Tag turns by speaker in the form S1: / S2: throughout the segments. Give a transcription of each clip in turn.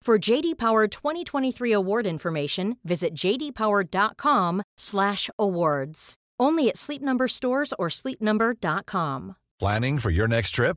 S1: For JD Power 2023 award information, visit jdpower.com/awards. Only at Sleep Number stores or sleepnumber.com.
S2: Planning for your next trip?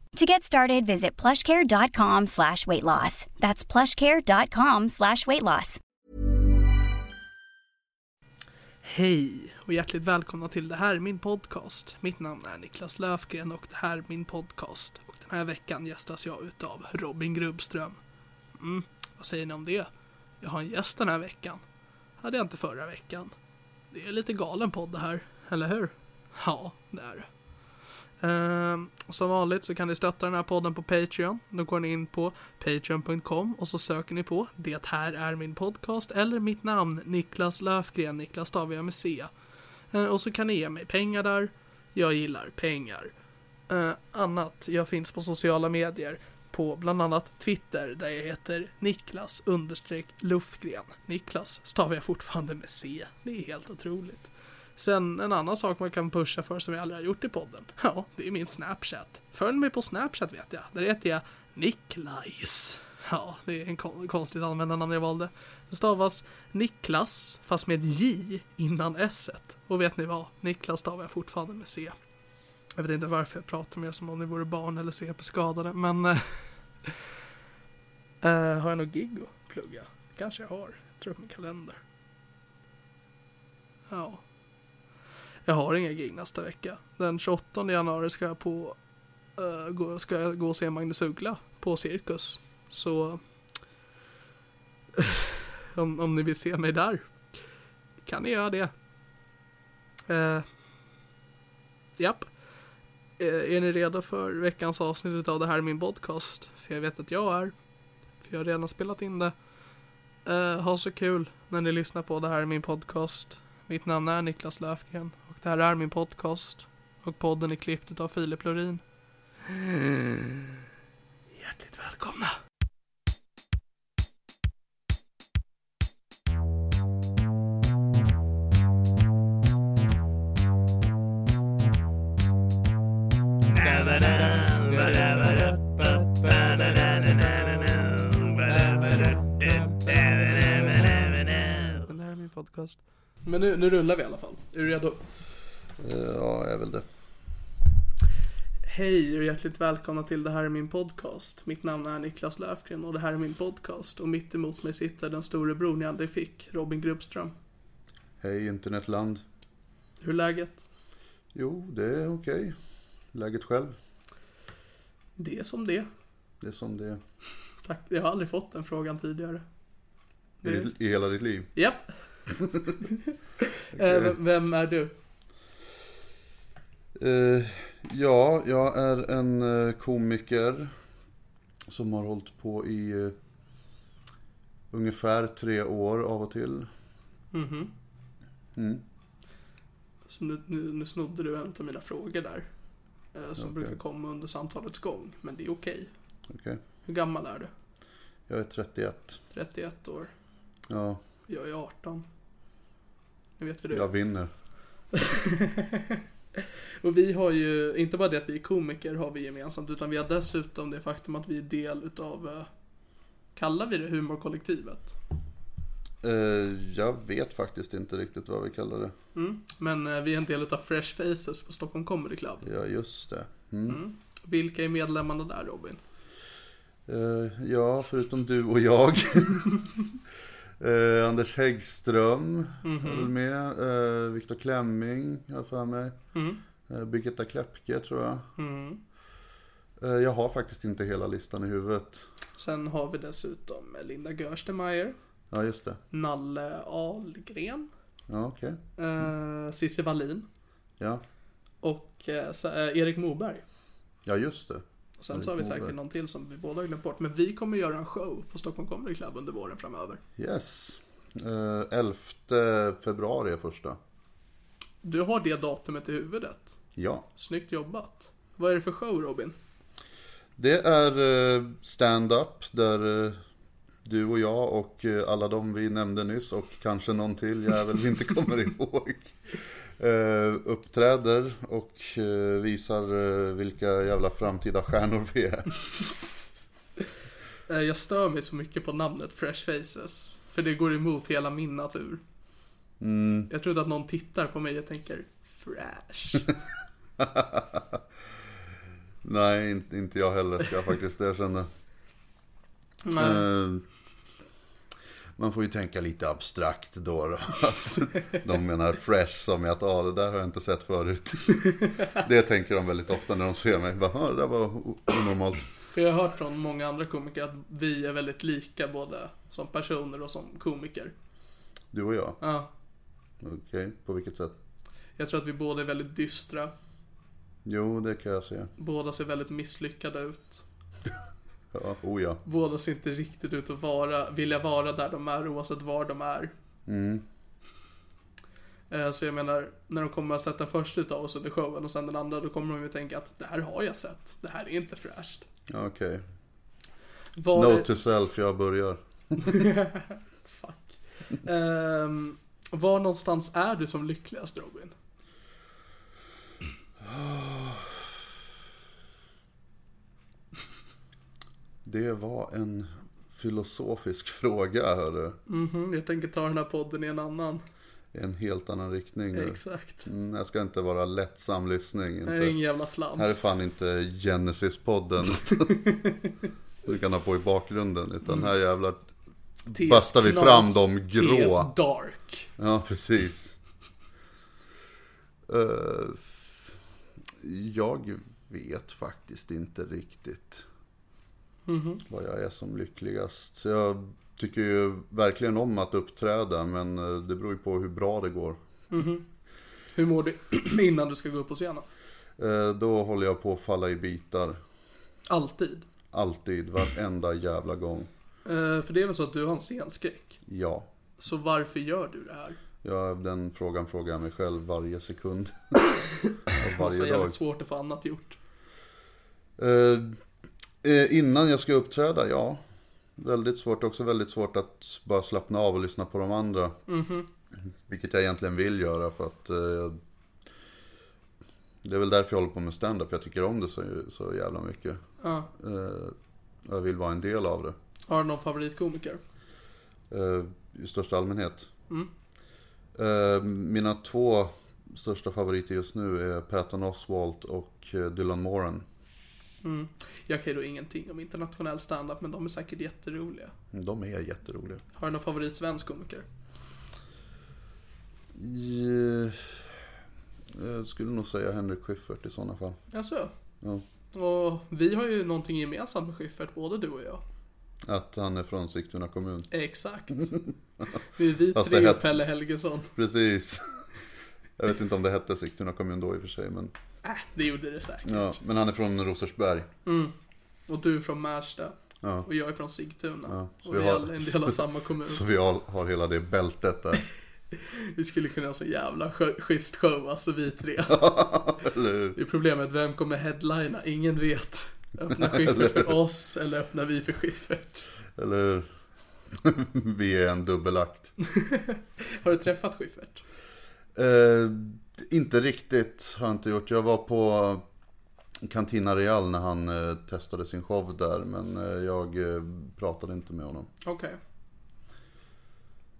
S3: To get started, visit plushcare.com slash weight loss. That's plushcare.com slash weight loss.
S4: Hej och hjärtligt välkomna till Det här är min podcast. Mitt namn är Niklas Löfgren och det här är min podcast. Och den här veckan gästas jag utav Robin Grubbström. Mm, vad säger ni om det? Jag har en gäst den här veckan. Hade jag inte förra veckan. Det är lite galen podd det här, eller hur? Ja, det är det. Ehm, och som vanligt så kan ni stötta den här podden på Patreon. Då går ni in på patreon.com och så söker ni på Det här är min podcast eller mitt namn Niklas Löfgren, Niklas stavar jag med C. Ehm, och så kan ni ge mig pengar där. Jag gillar pengar. Ehm, annat, jag finns på sociala medier på bland annat Twitter där jag heter Niklas understreck Lufgren. Niklas stavar jag fortfarande med C. Det är helt otroligt. Sen en annan sak man kan pusha för som jag aldrig har gjort i podden. Ja, det är min Snapchat. Följ mig på Snapchat vet jag. Där heter jag Niklajs. Ja, det är en kon- konstigt användarnamn jag valde. Det stavas Niklas, fast med ett J innan S. Och vet ni vad? Niklas stavar jag fortfarande med C. Jag vet inte varför jag pratar med er som om ni vore barn eller CP-skadade, men... eh, eh, har jag något gig att plugga? Kanske jag har. Jag tror upp min kalender. Ja. Jag har inga gig nästa vecka. Den 28 januari ska jag på... eh, gå, ska jag gå och se Magnus Uggla på Cirkus. Så... om, om ni vill se mig där kan ni göra det. Eh, japp. Eh, Är ni redo för veckans avsnitt av det här är min podcast? För jag vet att jag är. För jag har redan spelat in det. Eh, ha så kul när ni lyssnar på det här är min podcast. Mitt namn är Niklas Löfgren och det här är min podcast. Och podden är klippt av Filip Lorin. Hjärtligt välkomna! Det här är min podcast. Men nu, nu rullar vi i alla fall. Är du redo?
S5: Ja, jag är väl det.
S4: Hej och hjärtligt välkomna till Det här är min podcast. Mitt namn är Niklas Löfgren och det här är min podcast. Och mitt emot mig sitter den store bror ni aldrig fick, Robin Grubbström.
S5: Hej internetland.
S4: Hur är läget?
S5: Jo, det är okej. Läget själv,
S4: Det är som det.
S5: det är som det är.
S4: Tack. Jag har aldrig fått den frågan tidigare. Eh,
S5: I, ditt, i hela ditt liv.
S4: Japp. Eh, vem- Vem är du?
S5: Eh, ja, jag är en eh, komiker som har hållit på i eh, ungefär tre år av och till.
S4: Mhm.
S5: Mm.
S4: Så nu, nu, nu snodde du en av mina frågor där. Eh, som
S5: Okej.
S4: brukar komma under samtalets gång. Men det är okej.
S5: Okej.
S4: Hur gammal är du?
S5: Jag är 31.
S4: 31 år.
S5: Ja,
S4: Jag är 18. Ni vet hur det är.
S5: jag vinner.
S4: Och vi har ju, inte bara det att vi är komiker har vi gemensamt, utan vi har dessutom det faktum att vi är del utav, eh, kallar vi det humorkollektivet?
S5: Eh, jag vet faktiskt inte riktigt vad vi kallar det.
S4: Men eh, vi är en del utav Fresh Faces på Stockholm Comedy Club.
S5: Ja, just det. Mm.
S4: Vilka är medlemmarna där Robin?
S5: Eh, ja, förutom du och jag. eh, Anders Häggström är väl med. Eh, Viktor Klemming har jag för mig. Eh, Birgitta Kläppke tror jag. Eh, jag har faktiskt inte hela listan i huvudet.
S4: Sen har vi dessutom Linda Görstemeyer,
S5: Ja, just det.
S4: Nalle Ahlgren,
S5: Ja, okej.
S4: eh, Cissi Wallin
S5: Ja.
S4: och eh, sa- eh, Erik Moberg.
S5: ja, just det.
S4: Och sen så har vi säkert någon till som vi båda har glömt bort. Men vi kommer göra en show på Stockholm Comedy Club under våren framöver.
S5: Yes. Eh, 11 februari är första.
S4: Du har det datumet i huvudet.
S5: Ja.
S4: Snyggt jobbat. Vad är det för show Robin?
S5: Det är eh, stand-up där eh, du och jag och eh, alla de vi nämnde nyss och kanske någon till jävel vi inte kommer ihåg eh, uppträder och eh, visar eh, vilka jävla framtida stjärnor vi är.
S4: Eh, Jag stör mig så mycket på namnet Fresh Faces. För det går emot hela min natur. Jag tror inte att någon tittar på mig och tänker Fresh.
S5: Nej, inte, inte jag heller ska jag faktiskt erkänna.
S4: Men,
S5: Eh, man får ju tänka lite abstrakt då. då. Att de menar fresh som i att ah, det där har jag inte sett förut. Det tänker de väldigt ofta när de ser mig. Bara, ah, det där var o- onormalt.
S4: För jag har hört från många andra komiker att vi är väldigt lika både som personer och som komiker.
S5: Du och jag?
S4: Ja,
S5: Okej, på vilket sätt?
S4: jag tror att vi båda är väldigt dystra.
S5: Jo, det kan jag se.
S4: Båda ser väldigt misslyckade ut.
S5: Ja, oh ja.
S4: Båda ser inte riktigt ut att vara, vilja vara där de är oavsett var de är. Eh, Så jag menar, när de kommer att sätta först utav oss under showen och sen den andra, då kommer de ju tänka att det här har jag sett. Det här är inte fräscht.
S5: Okej.
S4: Var
S5: Note to self, jag börjar.
S4: Fuck. Ehm, var någonstans är du som lyckligast Robin?
S5: Det var en filosofisk fråga, hörru.
S4: Mhm, jag tänker ta den här podden i en annan.
S5: I en helt annan riktning nu.
S4: Exakt.
S5: Mm, jag ska inte vara lättsam lyssning.
S4: Det här är ingen
S5: Inte.
S4: jävla
S5: Här är
S4: flams.
S5: fan inte Genesis-podden. du kan ha på i bakgrunden.
S4: Mm.
S5: Utan här jävlar
S4: TS
S5: bastar vi
S4: Knas,
S5: fram de grå.
S4: TS Dark.
S5: Ja, precis. Eh, f- jag vet faktiskt inte riktigt
S4: Mhm.
S5: vad jag är som lyckligast. Så jag tycker ju verkligen om att uppträda, men eh, det beror ju på hur bra det går.
S4: Hur mår du innan du ska gå upp på scenen?
S5: Eh, då håller jag på att falla i bitar.
S4: Alltid.
S5: Alltid, varenda jävla gång.
S4: Eh, för det är väl så att du har en scenskräck.
S5: Ja.
S4: Så varför gör du det här?
S5: ja, den frågan frågar jag mig själv varje sekund. Och
S4: Det är
S5: varje dag.
S4: jävligt svårt att få annat gjort.
S5: Eh, eh, innan jag ska uppträda, ja. Väldigt svårt, också väldigt svårt att bara slappna av och lyssna på de andra.
S4: Mhm.
S5: Vilket jag egentligen vill göra för att eh, det är väl därför jag håller på med stand-up. Jag tycker om det så, så jävla mycket.
S4: Ja.
S5: Eh, och jag vill vara en del av det.
S4: Har du någon favoritkomiker?
S5: Eh, I största allmänhet. Eh, mina två största favoriter just nu är Patton Oswalt och eh, Dylan Moran.
S4: Jag kan ju då ingenting om internationell standup, men de är säkert jätteroliga.
S5: De är jätteroliga.
S4: Har du någon favoritsvensk komiker?
S5: Eh, Jag skulle nog säga Henrik Schyffert i sådana fall.
S4: Jaså?
S5: Ja.
S4: Alltså, Och vi har ju någonting gemensamt med Schyffert, både du och jag.
S5: Att han är från Sigtuna kommun.
S4: Exakt. Det är vi
S5: Fast
S4: tre
S5: det
S4: och
S5: het-
S4: Pelle Helgesson.
S5: Precis. Jag vet inte om det hette Sigtuna kommun då i och för sig. Men,
S4: Äh, det gjorde det säkert.
S5: ja, men han är från Rosersberg.
S4: Och du är från Märsta.
S5: Ja.
S4: Och jag är från Sigtuna.
S5: så
S4: och
S5: vi
S4: vi
S5: har-
S4: alla är en del av samma kommun.
S5: Så vi all- har hela det bältet där.
S4: Vi skulle kunna ha så jävla skö- schysst show, alltså vi tre.
S5: Eller hur?
S4: Det är problemet, vem kommer headlina? Ingen vet. Öppnar Schyffert för oss eller öppnar vi för Schyffert?
S5: Eller hur? Vi är en dubbelakt.
S4: Har du träffat Schyffert?
S5: Eh, Inte riktigt har jag inte gjort. Jag var på Cantina Real när han eh, testade sin show där. Men eh, jag eh, pratade inte med honom.
S4: Okej.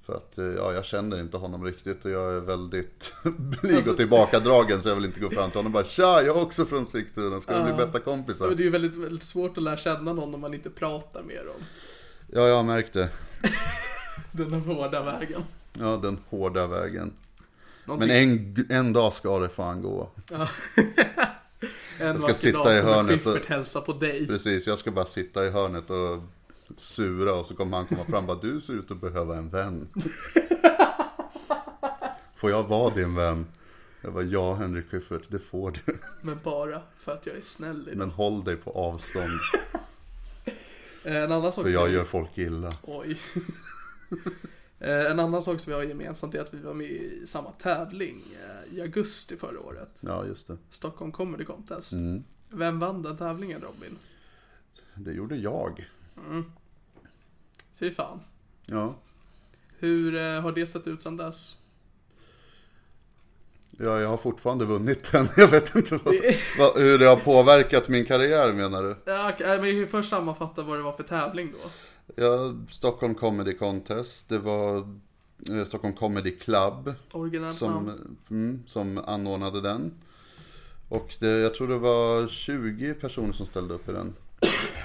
S5: För att eh, ja, jag känner inte honom riktigt och jag är väldigt blyg
S4: Alltså-
S5: och tillbakadragen så jag vill inte gå fram till honom och bara Tja, jag är också från Sigtuna, ska vi bli bästa kompisar?
S4: Men det är ju väldigt, väldigt svårt att lära känna någon om man inte pratar med dem.
S5: Ja, jag har märkt det.
S4: Den hårda vägen.
S5: Ja, den hårda vägen.
S4: Någonting-
S5: Men en, en dag ska det fan gå.
S4: en jag
S5: ska sitta i hörnet och-
S4: Schyffert hälsa på dig.
S5: Precis, jag ska bara sitta i hörnet och sura och så kommer han komma fram och bara Du ser ut att behöva en vän. Får jag vara din vän? Jag bara, ja Henrik Schyffert, det får du.
S4: Men bara för att jag är snäll idag.
S5: Men håll dig på avstånd,
S4: Eh, En annan sak
S5: för
S4: som
S5: jag gör folk illa.
S4: Oj. Eh, en annan sak som vi har gemensamt är att vi var med i samma tävling eh, i augusti förra året.
S5: Ja, just det.
S4: Stockholm Comedy Contest.
S5: Mm.
S4: Vem vann den tävlingen Robin?
S5: Det gjorde jag.
S4: Fy fan.
S5: Ja,
S4: Hur eh, har det sett ut sedan dess?
S5: ja jag har fortfarande vunnit den. Jag vet inte vad, vad, hur det har påverkat min karriär menar du?
S4: Ja, okej, eh, men vi kan ju först sammanfatta vad det var för tävling då.
S5: Ja, Stockholm Comedy Contest. Det var eh, Stockholm Comedy Club
S4: Originellt
S5: som,
S4: namn.
S5: mm, som anordnade den. Och det, jag tror det var 20 personer som ställde upp i den.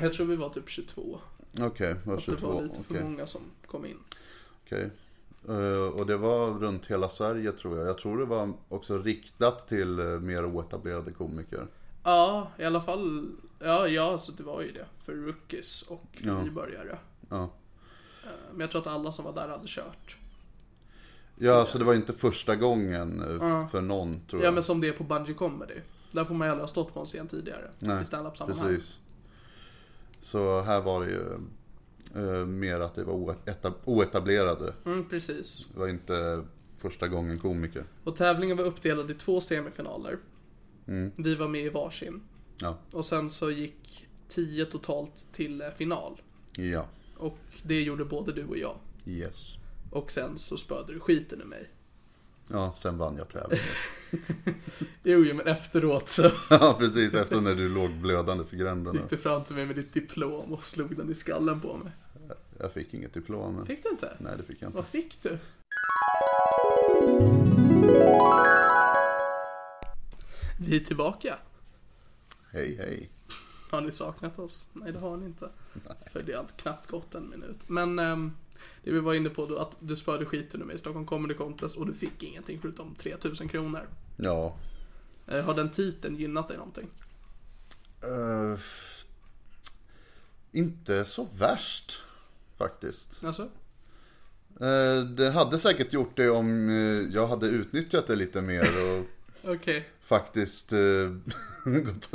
S4: Jag tror vi var typ 22.
S5: Okej, det var
S4: Det
S5: 22.
S4: var lite för
S5: okej,
S4: många som kom in.
S5: okej. Eh, och det var runt hela Sverige tror jag. Jag tror det var också riktat till eh, mer oetablerade komiker.
S4: Ja, i alla fall. Ja, ja alltså det var ju det. För rookies och för
S5: Ja.
S4: nybörjare.
S5: Ja.
S4: Eh, Men jag tror att alla som var där hade kört.
S5: Ja, alltså det var inte första gången eh, för någon tror
S4: Ja
S5: jag.
S4: men som det är på Bungee Comedy. Där får man ju aldrig ha stått på en scen tidigare.
S5: Nej,
S4: I standup sammanhang.
S5: Precis. Så här var det ju eh, mer att det var oetab- oetablerade.
S4: Mm, precis.
S5: Det var inte första gången komiker.
S4: Och tävlingen var uppdelad i två semifinaler.
S5: Mm.
S4: Vi var med i varsin.
S5: Ja.
S4: Och sen så gick 10 totalt till eh, final.
S5: Ja.
S4: Och det gjorde både du och jag.
S5: Yes.
S4: Och sen så spöade du skiten ur mig.
S5: Ja, sen vann jag tävlingen.
S4: Jo, jo, men efteråt så
S5: ja, precis. Efter när du låg blödandes i gränderna.
S4: gick du fram till mig med ditt diplom och slog den i skallen på mig.
S5: Jag fick inget diplom.
S4: Fick du inte?
S5: Nej, det fick jag inte.
S4: Vad fick du? Vi är tillbaka.
S5: Hej, hej.
S4: Har ni saknat oss? Nej, det har ni inte. För det har knappt gått en minut. Men ehm, det vi var inne på då, att du spöade skiten ur mig i Stockholm Comedy Contest och du fick ingenting förutom 3000 kronor.
S5: Ja.
S4: Eh, har den titeln gynnat dig någonting?
S5: Eh, inte så värst, faktiskt.
S4: Alltså?
S5: Eh, det hade säkert gjort det om eh, jag hade utnyttjat det lite mer och
S4: Okej.
S5: faktiskt, eh, gått,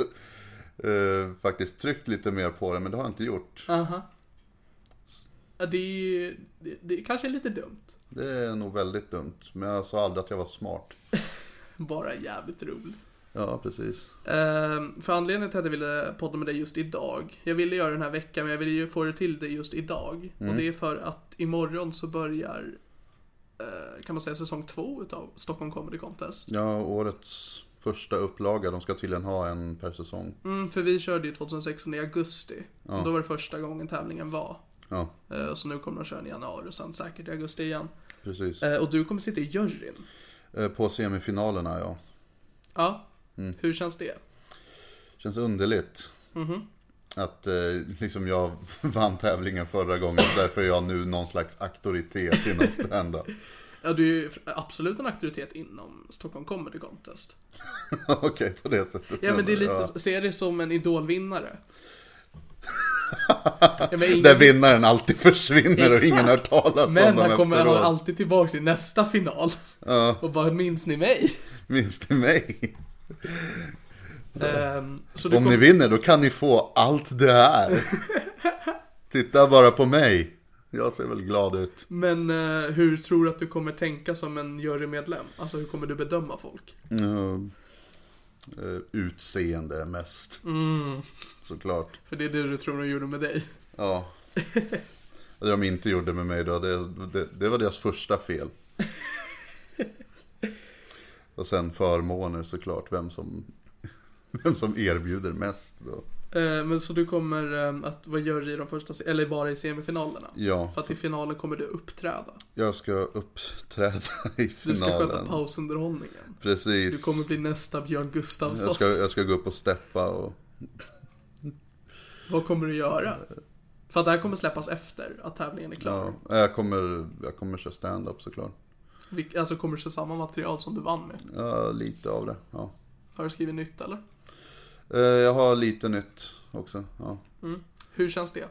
S5: eh, faktiskt tryckt lite mer på det, men det har jag inte gjort.
S4: Aha. Ja, det, är ju- det, det kanske är lite dumt.
S5: Det är nog väldigt dumt, men jag sa aldrig att jag var smart.
S4: Bara jävligt roligt.
S5: Ja, precis.
S4: Ehm, för anledningen till att jag ville podda med dig just idag. Jag ville göra den här veckan men jag ville ju få det till det just idag. Och det är för att imorgon så börjar eh, kan man säga säsong två utav Stockholm Comedy Contest.
S5: Ja, årets första upplaga, de ska tydligen ha en per säsong.
S4: Mm, för vi körde ju 2016 i augusti. Då var det första gången tävlingen var.
S5: Ja,
S4: Eh, så nu kommer de köra den i januari och sen säkert i augusti igen.
S5: precis.
S4: Eh, och du kommer sitta i juryn.
S5: Eh, På semifinalerna, ja.
S4: Ja, hur känns det?
S5: Känns underligt.
S4: Mm-hmm.
S5: Att eh, liksom jag vann tävlingen förra gången, därför är jag nu någon slags auktoritet inom stand-up.
S4: Ja, du är ju absolut en auktoritet inom Stockholm Comedy Contest.
S5: Okej, på det sättet.
S4: Ja men det är lite,
S5: Ja.
S4: se det som en idolvinnare. Ja, men ingen,
S5: Där vinnaren alltid försvinner och
S4: Exakt.
S5: ingen hör talas om
S4: men
S5: dem
S4: han kommer
S5: efteråt.
S4: alltid tillbaks i nästa final. Och bara, minns ni mig?
S5: Minns du mig?
S4: Ehm, så du
S5: Om ni
S4: kommer,
S5: vinner då kan ni få allt det här. Titta bara på mig. Jag ser väl glad ut.
S4: men eh, hur tror du att du kommer tänka som en jurymedlem? Alltså hur kommer du bedöma folk?
S5: Mm. Eh, Utseende mest.
S4: Mm.
S5: Såklart.
S4: För det är det du tror de gjorde med dig.
S5: Ja. Det de inte gjorde med mig då, det, det, det var deras första fel. Och Och sen förmåner såklart, vem som, vem som erbjuder mest då.
S4: Eh, men så du kommer eh, att vara jury i de första, se- eller bara i semifinalerna?
S5: Ja,
S4: För att i finalen kommer du uppträda.
S5: jag ska uppträda i
S4: Du ska sköta
S5: finalen.
S4: pausunderhållningen. Du
S5: Precis.
S4: kommer bli nästa Björn Gustafsson.
S5: Jag ska, jag ska gå upp och steppa och...
S4: Vad kommer du göra? För att det här kommer släppas efter att tävlingen är klar.
S5: Ja, jag kommer, jag kommer köra stand-up såklart.
S4: Vilk- Alltså kommer du köra samma material som du vann med?
S5: Ja, lite av det, ja.
S4: Har du skrivit nytt eller?
S5: Eh, Jag har lite nytt också, ja.
S4: Mm. Hur känns det?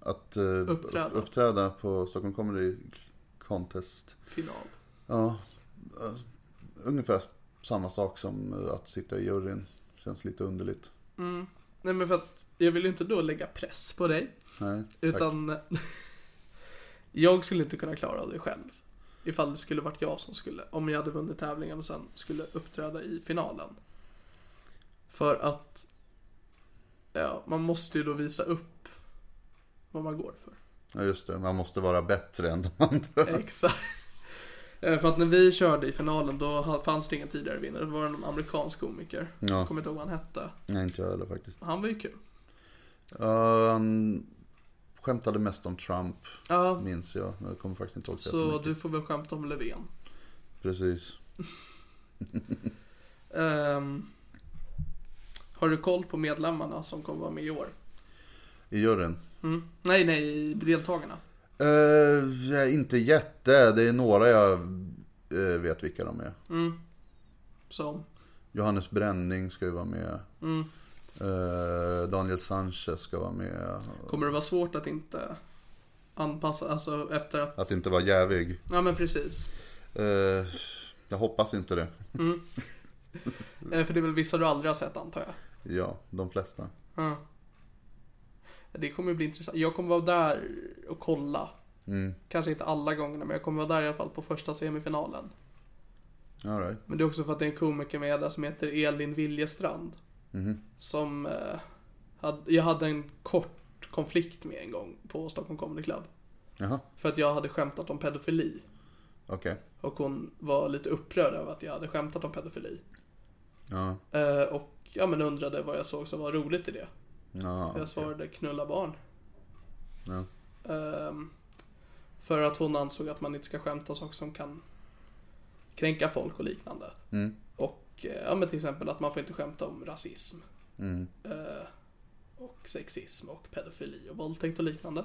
S5: Att eh,
S4: Uppträda.
S5: uppträda på Stockholm Comedy Contest.
S4: Final.
S5: Ja, eh, ungefär samma sak som eh, att sitta i juryn. Känns lite underligt.
S4: Mm. Nej men för att jag vill ju inte då lägga press på dig.
S5: Nej, tack.
S4: Utan jag skulle inte kunna klara av det själv. Ifall det skulle varit jag som skulle, om jag hade vunnit tävlingen och sen skulle uppträda i finalen. För att, ja, man måste ju då visa upp vad man går för.
S5: Ja, just det. Man måste vara bättre än de andra.
S4: Exakt. Eh, För att när vi körde i finalen då ha- fanns det ingen tidigare vinnare. Det var en amerikansk komiker.
S5: Ja.
S4: Jag kommer inte ihåg vad han hette.
S5: Nej, inte jag heller faktiskt.
S4: Han var ju kul.
S5: Ja, han skämtade mest om Trump,
S4: Ja,
S5: minns jag. Men Jag kommer faktiskt inte ihåg
S4: så
S5: jättemycket.
S4: du får väl skämta om Löfven.
S5: Precis.
S4: Ehm, har du koll på medlemmarna som kommer vara med i år?
S5: I juryn.
S4: Mm. Nej, nej, deltagarna.
S5: Eh, jag är inte jätte. Det är några jag eh, vet vilka de är.
S4: Som,
S5: Johannes Bränning ska ju vara med.
S4: Mm.
S5: Eh, Daniel Sanchez ska vara med.
S4: kommer det vara svårt att inte anpassa, alltså efter att...
S5: Att inte vara jävig.
S4: Ja, men precis.
S5: Eh, jag hoppas inte det.
S4: Eh, För det är väl vissa du aldrig har sett, antar jag.
S5: Ja, de flesta.
S4: Ja. Det kommer ju bli intressant. Jag kommer vara där och kolla. Kanske inte alla gångerna, men jag kommer vara där i alla fall på första semifinalen.
S5: All right.
S4: Men det är också för att det är en komiker med där som heter Elin Viljestrand. Som eh, hade, jag hade en kort konflikt med en gång på Stockholm Comedy Club.
S5: Jaha,
S4: För att jag hade skämtat om pedofili.
S5: okej.
S4: Och hon var lite upprörd över att jag hade skämtat om pedofili.
S5: Ja,
S4: Eh, och ja, men undrade vad jag såg som var roligt i det.
S5: ja,
S4: Jag svarade knulla barn.
S5: ja.
S4: Ehm, för att hon ansåg att man inte ska skämta om saker som kan kränka folk och liknande.
S5: Mm.
S4: Och eh, ja, men till exempel att man får inte skämta om rasism.
S5: Mm.
S4: Eh, och sexism och pedofili och våldtäkt och liknande.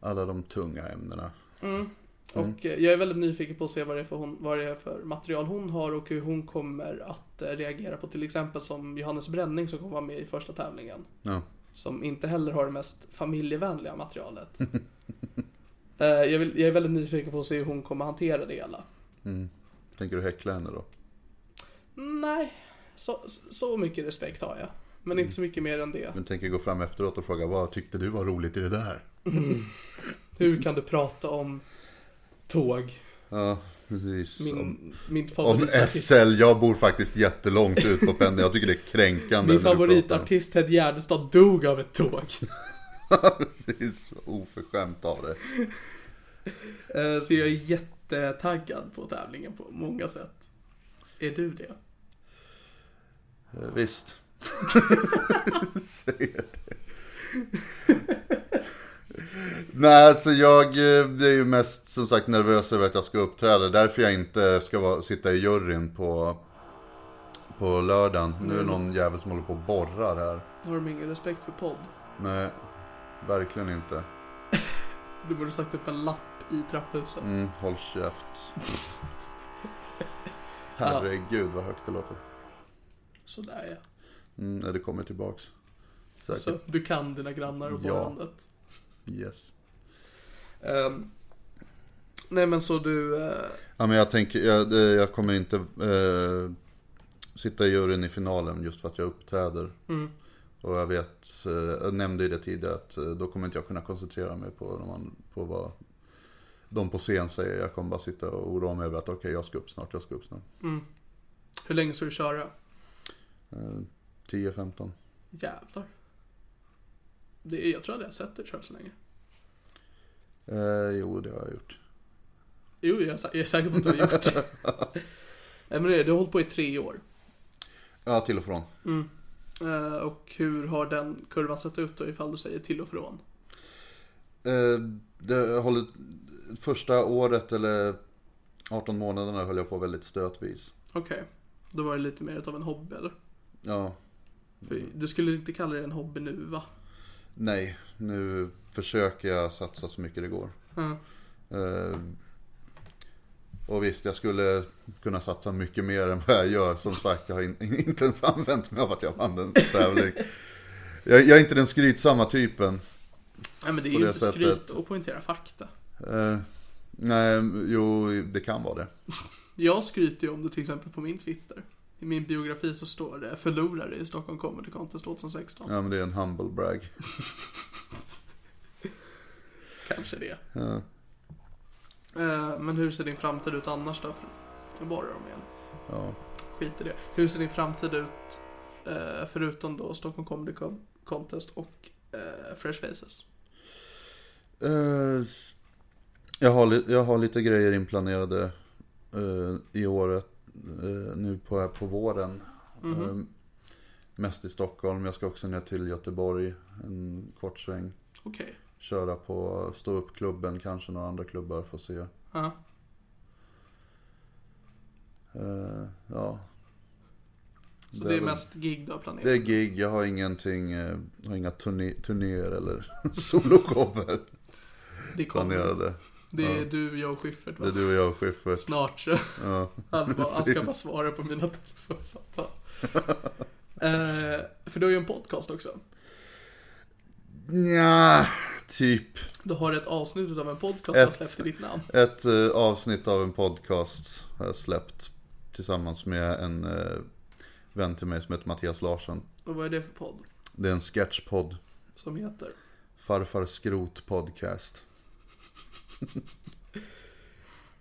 S5: Alla de tunga ämnena. Mm.
S4: Och eh, jag är väldigt nyfiken på att se vad det, är för hon, vad det är för material hon har och hur hon kommer att eh, reagera på till exempel som Johannes Bränning som kommer vara med i första tävlingen.
S5: Ja,
S4: Som inte heller har det mest familjevänliga materialet. Eh, jag, vill, jag är väldigt nyfiken på att se hur hon kommer hantera det hela.
S5: tänker du häckla henne då?
S4: Nej, så, så mycket respekt har jag. Men inte så mycket mer än det.
S5: Mm. Men tänker gå fram efteråt och fråga vad tyckte du var roligt i det där?
S4: Hur kan du prata om tåg?
S5: Ja, precis. Om,
S4: Min, min
S5: om
S4: favoritartist,
S5: SL, jag bor faktiskt jättelångt ut på pendeln. Jag tycker det är kränkande.
S4: min
S5: när du
S4: favoritartist Ted Gärdestad dog av ett tåg.
S5: pratar om- precis, oförskämt av det.
S4: Eh, Så jag är jättetaggad på tävlingen på många sätt. Är du det?
S5: Eh, Visst. Säger det. Nej, alltså jag eh, är ju mest som sagt nervös över att jag ska uppträda. Därför jag inte ska vara, sitta i juryn på, på lördagen. Nu är det
S4: Mm.
S5: någon jävel som håller på och borrar här.
S4: Har de ingen respekt för podd?
S5: Nej, verkligen inte.
S4: Du borde sagt upp en lapp i trapphuset.
S5: Mm, håll käft. Herregud vad högt det låter.
S4: Sådär ja.
S5: Mm, nej, det kommer tillbaks. Säkert.
S4: Så du kan dina grannar och
S5: Ja.
S4: borrandet.
S5: Yes.
S4: Ehm, nej men så du... eh,
S5: Ja, men jag tänker, jag, det- jag kommer inte eh, sitta i juryn i finalen just för att jag uppträder. Och jag vet, eh, jag nämnde ju det tidigare, att eh, då kommer inte jag kunna koncentrera mig på, de an- på vad de på scen säger. Jag kommer bara sitta och oroa mig över att okej, jag ska upp snart, jag ska upp snart.
S4: hur länge ska du köra?
S5: Eh, 10-15.
S4: Jävlar. Det, är- jag tror aldrig jag har sett dig köra så länge.
S5: Eh, jo, det har jag gjort.
S4: Jo, jag är sä- jag är säker på att du har gjort det. Nej, men det är det. du har hållit på i tre år.
S5: Ja, till och från.
S4: Eh, Och hur har den kurvan sett ut då ifall du säger till och från?
S5: Eh, det håller, första året eller 18 månaderna höll jag på väldigt stötvis.
S4: Okej, då var det lite mer utav en hobby eller?
S5: Ja,
S4: För
S5: Mm.
S4: Du skulle inte kalla det en hobby nu va?
S5: nej, nu försöker jag satsa så mycket det går.
S4: Ja.
S5: Eh, och visst, jag skulle kunna satsa mycket mer än vad jag gör. Som sagt, jag har in, inte ens använt mig av att jag vann en tävling. Jag, jag är inte den skrytsamma typen.
S4: Nej men det är
S5: På
S4: ju
S5: det
S4: inte skryt
S5: sättet.
S4: att poängtera fakta.
S5: Eh, nej, jo, det kan vara det.
S4: Jag skryter ju om det till exempel på min Twitter. I min biografi så står det förlorare i Stockholm Comedy Contest 2016.
S5: Ja, men det är en humble brag.
S4: Kanske det.
S5: Ja.
S4: Eh, Men hur ser din framtid ut annars då? Jag borrar dem igen.
S5: Ja.
S4: Skit i det. Hur ser din framtid ut eh, förutom då Stockholm Comedy Co- Contest och eh, Fresh Faces?
S5: Eh, jag, har, li- jag har lite grejer inplanerade eh, i året. eh, nu på, här på våren. Eh, mest i Stockholm. Jag ska också ner till Göteborg en kort sväng.
S4: Okej.
S5: Köra på stå upp klubben kanske några andra klubbar får se.
S4: Ja.
S5: Eh, ja.
S4: Så
S5: Det
S4: det är
S5: är väl-
S4: mest gig du har planerat?
S5: Det är gig, jag har ingenting, eh, har inga turné- turnéer eller soloshower
S4: Det kommer.
S5: planerade.
S4: Det är du, jag och Schyffert va?
S5: Det är du och jag och Schyffert.
S4: Snart så.
S5: Ja.
S4: Han, bara, han ska
S5: Precis.
S4: bara svara på mina telefonsamtal. eh, för du har ju en podcast också.
S5: Nja, typ.
S4: Du har ett avsnitt av en podcast
S5: Ett.
S4: som släppt i ditt namn.
S5: Ett eh, avsnitt av en podcast har jag släppt tillsammans med en eh, vän till mig som heter Mattias Larsson.
S4: Och vad är det för podd?
S5: Det är en sketchpodd.
S4: Som heter?
S5: Farfar Skrot Podcast.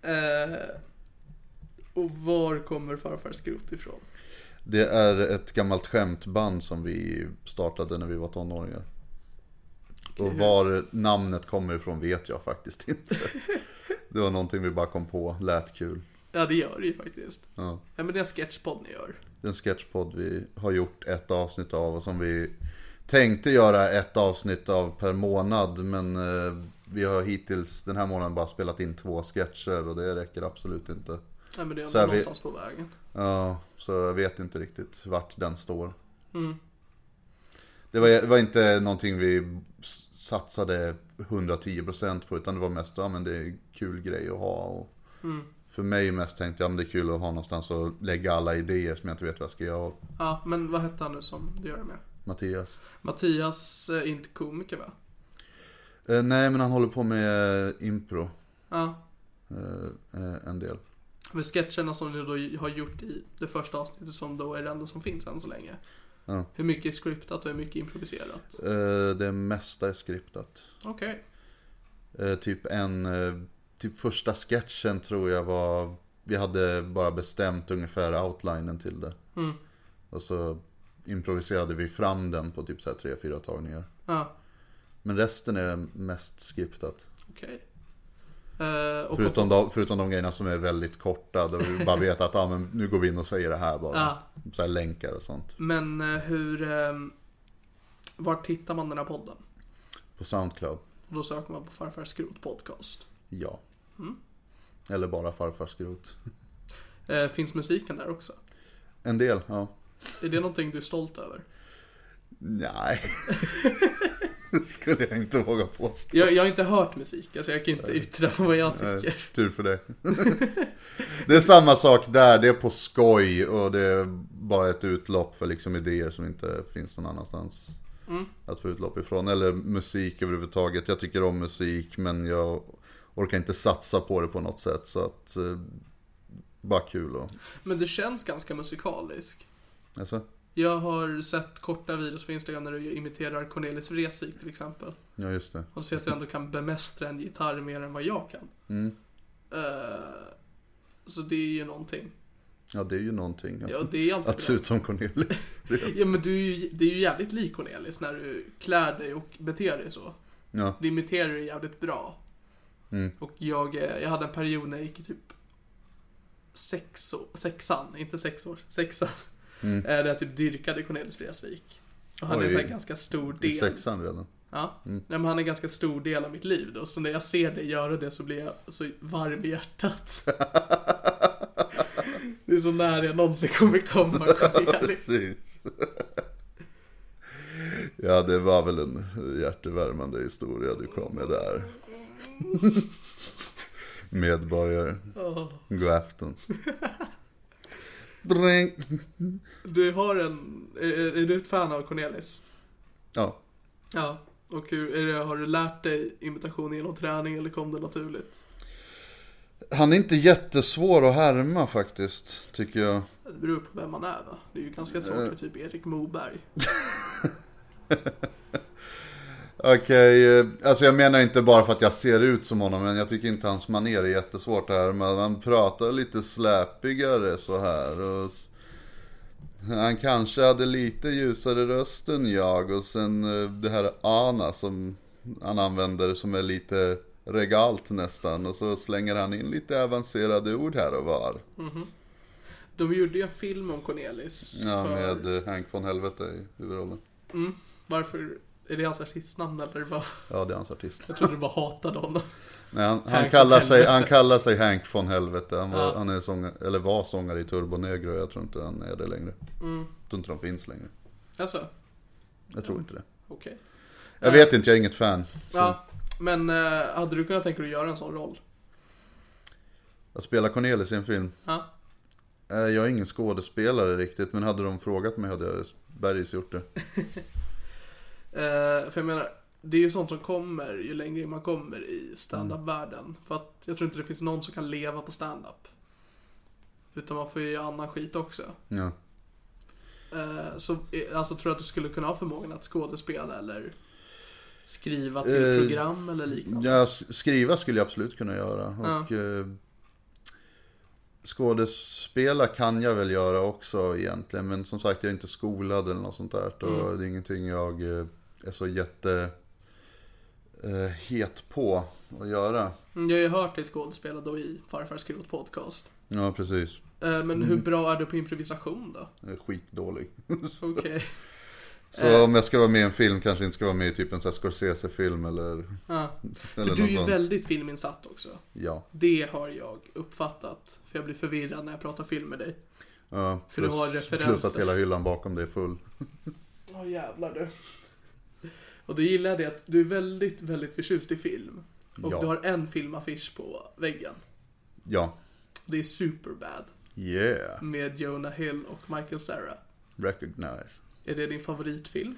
S4: Eh, och var kommer farfar Skrot ifrån?
S5: Det är ett gammalt skämtband som vi startade när vi var tonåringar. Och var namnet kommer ifrån vet jag faktiskt inte. Det var någonting vi bara kom på, lät kul.
S4: Ja, det gör det ju faktiskt.
S5: Ja.
S4: Ja, men det är en sketchpodd ni gör.
S5: Det är en sketchpodd vi har gjort ett avsnitt av och som vi tänkte göra ett avsnitt av per månad. Men eh, vi har hittills den här månaden bara spelat in två sketcher och det räcker absolut inte.
S4: Ja, men det är
S5: Så
S4: ändå
S5: är vi-
S4: någonstans på vägen.
S5: Ja, så jag vet inte riktigt vart den står. Det, var, det var inte någonting vi s- satsade 110% på utan det var mest, ja men det är en kul grej att ha. Och För mig mest tänkte jag, ja, men det är kul att ha någonstans att lägga alla idéer som jag inte vet vad jag ska göra.
S4: Ja, men vad hette han nu som du gör det med?
S5: Mattias.
S4: Mattias eh, är inte komiker va?
S5: Eh, nej, men han håller på med eh, impro
S4: Ja,
S5: eh, eh, en del.
S4: Med sketcherna som ni då har gjort i det första avsnittet som då är det enda som finns än så länge.
S5: Ja.
S4: Hur mycket är scriptat och hur mycket improviserat?
S5: Eh, det mesta är skriptat.
S4: Okej.
S5: Eh, typ en, eh, typ första sketchen tror jag var, vi hade bara bestämt ungefär outlinen till det.
S4: Mm.
S5: Och så improviserade vi fram den på typ så här tre, fyra tagningar.
S4: Ja,
S5: Men resten är mest skriptat.
S4: okej. Eh, och
S5: Förutom de, förutom de grejerna som är väldigt korta, där vi bara vet att ah, men nu går vi in och säger det här bara.
S4: Ja.
S5: Så här länkar och sånt.
S4: Men eh, hur... Um, vart hittar man den här podden?
S5: På Soundcloud.
S4: Och då söker man på Farfar Skrot Podcast.
S5: Ja. Eller bara farfars skrot.
S4: Eh, finns musiken där också?
S5: En del, ja.
S4: Är det någonting du är stolt över?
S5: Nej. Det skulle jag inte våga påstå.
S4: Jag, jag har inte hört musik, alltså jag kan inte yttra vad jag
S5: Nej,
S4: tycker.
S5: tur för dig. Det är samma sak där, det är på skoj och det är bara ett utlopp för liksom idéer som inte finns någon annanstans. Att få utlopp ifrån. Eller musik överhuvudtaget. Jag tycker om musik men jag orkar inte satsa på det på något sätt. Så att, eh, bara kul och...
S4: Men det känns ganska musikalisk.
S5: Alltså,
S4: Jag har sett korta videos på Instagram när du imiterar Cornelis Vreeswijk till exempel.
S5: ja just det.
S4: Och se att du ändå kan bemästra en gitarr mer än vad jag kan. Eh, så det är ju någonting.
S5: Ja det är ju någonting.
S4: Ja, det är alltid
S5: Att se
S4: bra.
S5: ut som Cornelis. Det är-
S4: Ja men du, är ju- det är ju jävligt lik Cornelis när du klär dig och beter dig så.
S5: Ja,
S4: Du imiterar dig jävligt bra.
S5: Mm.
S4: Och jag, eh, jag hade en period när jag gick i typ sex, sexan, inte sex år, sexan. Mm. Där jag typ dyrkade Cornelis Vreeswijk. Och han är
S5: Oj.
S4: en sån här ganska stor
S5: I
S4: del.
S5: sexan redan.
S4: Ja.
S5: Mm.
S4: Nej, men han är en ganska stor del av mitt liv då, så när jag ser dig göra det så blir jag så varm i hjärtat. det är så nära jag någonsin kommer komma Cornelis.
S5: Precis. Ja, det var väl en hjärtevärmande historia du kom med där. Medborgare.
S4: Ja.
S5: God afton. Dring.
S4: Du har en, är, är du ett fan av Cornelis?
S5: Ja,
S4: Ja. Och hur, är det, har du lärt dig imitation genom träning eller kom det naturligt?
S5: han är inte jättesvår att härma faktiskt, tycker jag.
S4: Det beror på vem man är va? Det är ju ganska
S5: Eh.
S4: svårt för typ Erik Moberg.
S5: Okej, eh, alltså jag menar inte bara för att jag ser ut som honom, men jag tycker inte hans manér är jättesvårt här. Men han pratar lite släpigare så här. Och s- han kanske hade lite ljusare röst än jag. Och sen eh, det här ana som han använder som är lite regalt nästan. Och så slänger han in lite avancerade ord här och var.
S4: De gjorde ju en film om Cornelis.
S5: Ja,
S4: för-
S5: med eh, Hank von Helvete i huvudrollen.
S4: Varför? Är det hans artistnamn eller vad?
S5: Ja, det är hans artist.
S4: Jag trodde du bara hatade honom.
S5: Nej, han, han,
S4: Hank
S5: kallar
S4: von
S5: sig, han kallar sig Hank von Helvete. Han, var,
S4: Ja.
S5: han är sång, eller var sångare i Turbo Negro. Jag tror inte han är det längre.
S4: Mm.
S5: Jag tror inte de finns längre.
S4: Alltså,
S5: Jag tror inte det.
S4: okej.
S5: Jag vet inte, jag är inget fan. Så
S4: Ja, men eh, hade du kunnat tänka dig att göra en sån roll?
S5: Jag spelar Cornelis i en film.
S4: Ja.
S5: Eh, Jag är ingen skådespelare riktigt, men hade de frågat mig hade jag bergis gjort det.
S4: Eh, för jag menar, det är ju sånt som kommer ju längre man kommer i standup-världen.
S5: Mm.
S4: För att jag tror inte det finns någon som kan leva på standup. Utan man får ju göra annan skit också.
S5: Ja.
S4: Eh, så eh, alltså, tror du att du skulle kunna ha förmågan att skådespela eller skriva till
S5: Eh,
S4: program eller liknande?
S5: Ja, s- skriva skulle jag absolut kunna göra. Och eh, skådespela kan jag väl göra också egentligen. Men som sagt, jag är inte skolad eller något sånt där. Och
S4: Mm.
S5: Det är ingenting jag eh, är så jätte eh, het på att göra.
S4: Mm, Jag har ju hört dig skådespela då i Farfar Skrot podcast.
S5: Ja, precis.
S4: Eh, men
S5: Mm.
S4: hur bra är du på improvisation då?
S5: Jag är skitdålig.
S4: Okej. Eh.
S5: så om jag ska vara med i en film kanske inte ska vara med i typ en sån här Scorsese-film eller...
S4: Ja. För
S5: eller
S4: du är
S5: något
S4: ju
S5: sånt.
S4: väldigt filminsatt också.
S5: Ja.
S4: Det har jag uppfattat. För jag blir förvirrad när jag pratar film med dig.
S5: ja
S4: För du har
S5: plus,
S4: referenser.
S5: plus att hela hyllan bakom dig är full.
S4: Ja jävlar du. Och då gillar jag det att du är väldigt, väldigt förtjust i film. Och
S5: Ja.
S4: du har en filmaffisch på väggen.
S5: Ja.
S4: Det är Superbad.
S5: Yeah.
S4: Med Jonah Hill och Michael Cera.
S5: Recognize.
S4: Är det din favoritfilm?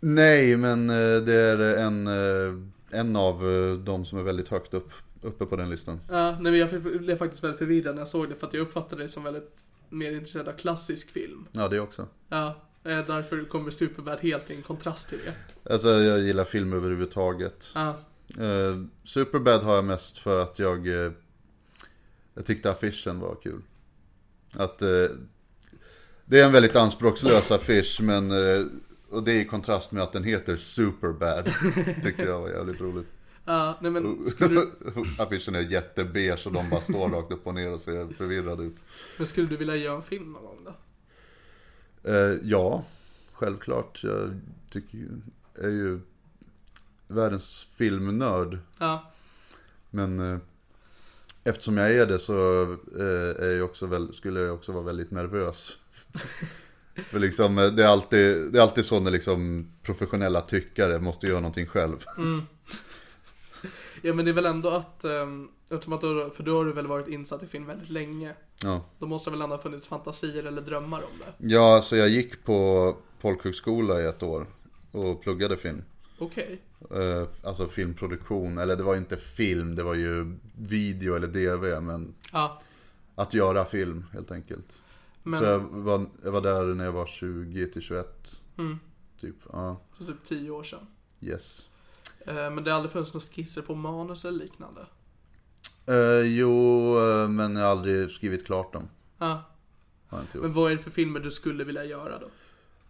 S5: Nej, men eh, det är en, eh, en av eh, de som är väldigt högt upp, uppe på den listan.
S4: Ja, nej men jag blev faktiskt väldigt förvirrad när jag såg det. För att jag uppfattade dig som väldigt mer intresserad av klassisk film.
S5: Ja, det också.
S4: Ja, eh, därför kommer Superbad helt i en kontrast till det.
S5: Alltså, jag gillar film överhuvudtaget.
S4: Ja,
S5: Eh, Superbad har jag mest för att jag, eh, jag tyckte affischen var kul. Att eh, det är en väldigt anspråkslös affisch, men eh, och det är i kontrast med att den heter Superbad. Tyckte jag var jävligt roligt.
S4: ja nej
S5: Mm.
S4: men skulle du,
S5: Affischen är jättebeige och de bara står rakt upp och ner och ser förvirrade ut.
S4: Men skulle du vilja göra en film någon gång då?
S5: Eh, ja, självklart. Jag tycker ju, är ju världens filmnörd.
S4: Ja.
S5: Men eh, eftersom jag är det så eh, är jag också väl, skulle jag också vara väldigt nervös. För liksom, eh, det, är alltid, det är alltid så när liksom professionella tyckare måste göra någonting själv.
S4: Ja men det är väl ändå att, um, eftersom att du, för då har du väl varit insatt i film väldigt länge.
S5: Ja.
S4: Då måste det väl ändå ha funnits fantasier eller drömmar om det.
S5: ja, alltså jag gick på folkhögskola i ett år och pluggade film.
S4: Okej.
S5: Eh, Alltså filmproduktion, eller det var inte film, det var ju video eller DV, men
S4: Ja.
S5: att göra film helt enkelt.
S4: Men
S5: Så jag var, jag var där när jag var 20 till 21.
S4: Mm.
S5: Typ, ja.
S4: för typ tio år sedan.
S5: Yes.
S4: Eh, men det har aldrig funnits några skisser på manus eller liknande.
S5: Eh, jo, eh, men jag har aldrig skrivit klart dem.
S4: Ja.
S5: Har jag inte
S4: Men
S5: gjort.
S4: vad är det för filmer du skulle vilja göra då?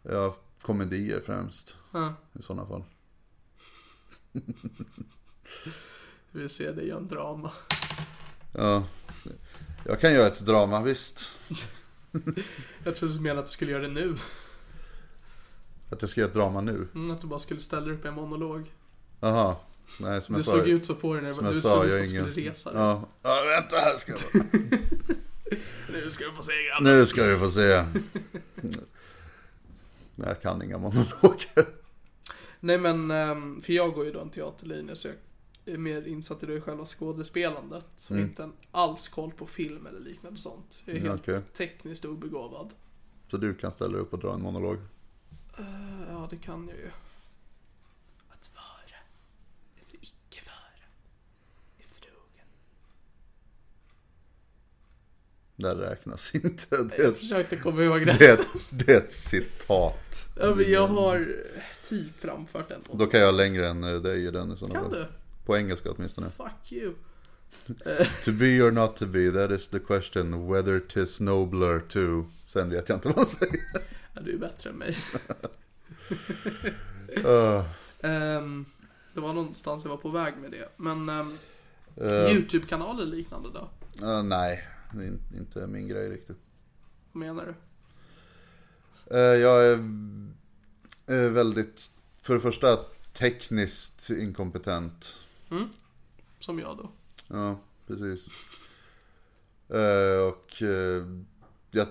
S5: Jag har komedier främst
S4: Ja.
S5: i sådana fall.
S4: Vi vill se dig göra en drama.
S5: Ja. Jag kan göra ett drama, visst.
S4: Jag trodde du menade att du skulle göra det nu.
S5: Att jag ska göra ett drama nu.
S4: Mm, att du bara skulle ställa dig upp i en monolog.
S5: Jaha. Nej, som
S4: Du
S5: jag sa.
S4: såg ut så på dig när
S5: som
S4: du
S5: jag
S4: såg
S5: sa,
S4: ut
S5: jag
S4: att
S5: är
S4: du
S5: ingen...
S4: skulle resa dig.
S5: Ja. ja, vänta här ska jag...
S4: Nu ska du få se grabben.
S5: Nu ska du få se. Nej, jag kan inga monologer.
S4: Nej men, ehm, för jag går ju då en teaterlinje så jag är mer insatt i det själva skådespelandet. Så
S5: Mm.
S4: jag har inte alls koll på film eller liknande sånt. Jag är
S5: Ja,
S4: helt
S5: Mm, okej.
S4: tekniskt obegåvad.
S5: Så du kan ställa dig upp och dra en monolog.
S4: Ja, det kan jag ju. Att vara eller icke vara är förtrogen.
S5: Det räknas inte. Det,
S4: Jag försökte komma ihåg
S5: det,
S4: resten.
S5: det är ett citat.
S4: Ja, men jag har typ framfört den.
S5: Då kan jag längre än eh, dig i den i sådana
S4: Kan du?
S5: På engelska åtminstone.
S4: Fuck you.
S5: To be or not to be, that is the question. Whether tis nobler to... Sen vet jag inte vad han säger.
S4: Ja, du är bättre än mig.
S5: Uh,
S4: Ehm, det var någonstans jag var på väg med det. Men ehm,
S5: eh,
S4: YouTube-kanaler liknande då?
S5: eh, nej, det är in- inte min grej riktigt.
S4: Vad menar du?
S5: Eh, jag är eh, väldigt, för det första, tekniskt inkompetent.
S4: Som jag då?
S5: Ja, precis. Eh, och eh, jag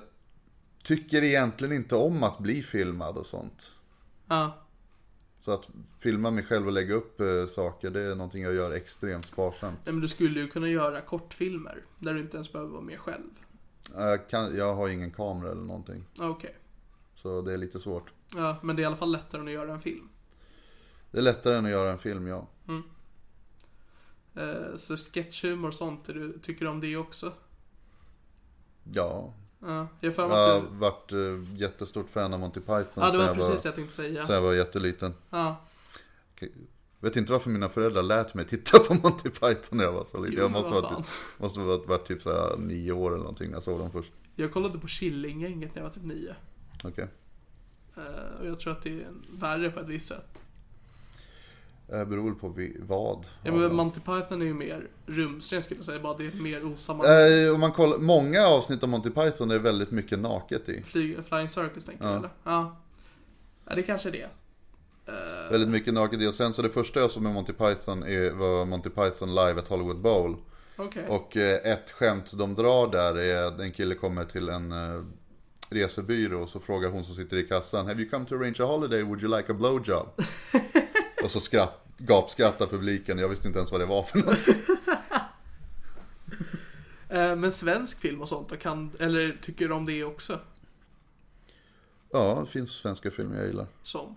S5: tycker egentligen inte om att bli filmad och sånt.
S4: Ja,
S5: Så att filma mig själv och lägga upp eh, saker, det är någonting jag gör extremt sparsamt.
S4: nej men du skulle ju kunna göra kortfilmer där du inte ens behöver vara med själv.
S5: Eh, Jag, kan, jag har ingen kamera eller någonting,
S4: Ja, Okej.
S5: så det är lite svårt.
S4: Ja, men det är i alla fall lättare än att göra en film.
S5: Det är lättare än att göra en film, ja.
S4: Eh, så sketchhumor och sånt, är du, tycker du om det också?
S5: Ja,
S4: Ja, jag har för mig
S5: jag
S4: att
S5: har
S4: du...
S5: varit eh, jättestort fan av Monty Python
S4: Ja, det
S5: sen
S4: var
S5: jag
S4: precis det
S5: var,
S4: jag tänkte säga.
S5: sen jag var jätteliten.
S4: Ja,
S5: Vet inte varför mina föräldrar lät mig titta på Monty Python när jag var så liten.
S4: Jo, men
S5: jag måste
S4: vad
S5: ha
S4: fan.
S5: typ, måste ha varit typ så här nio år eller någonting när jag såg dem först.
S4: jag kollade på Killinggänget när jag var typ nio.
S5: Okej.
S4: Eh, och jag tror att det är värre på ett visst sätt.
S5: Det beror på vi, vad.
S4: Ja,
S5: av dem.
S4: men Monty Python är ju mer rumsren skulle jag säga, bara det är mer osammanhängande.
S5: Eh, om man kollar, många avsnitt av Monty Python är väldigt mycket naket i.
S4: Fly, flying Circus tänker jag eller? Ja. ja. det kanske är det. Eh,
S5: Väldigt mycket naket i. Och sen så det första jag såg med Monty Python är, var Monty Python live at Hollywood Bowl.
S4: Okej.
S5: Och eh, ett skämt de drar där är att en kille kommer till en eh, resebyrå och så frågar hon som sitter i kassan Have you come to arrange a holiday? Would you like a blowjob? och så skratt, gapskrattar publiken. Jag visste inte ens vad det var för något.
S4: Eh, men svensk film och sånt då kan, eller tycker du om det också?
S5: Ja, det finns svenska filmer jag gillar.
S4: Som?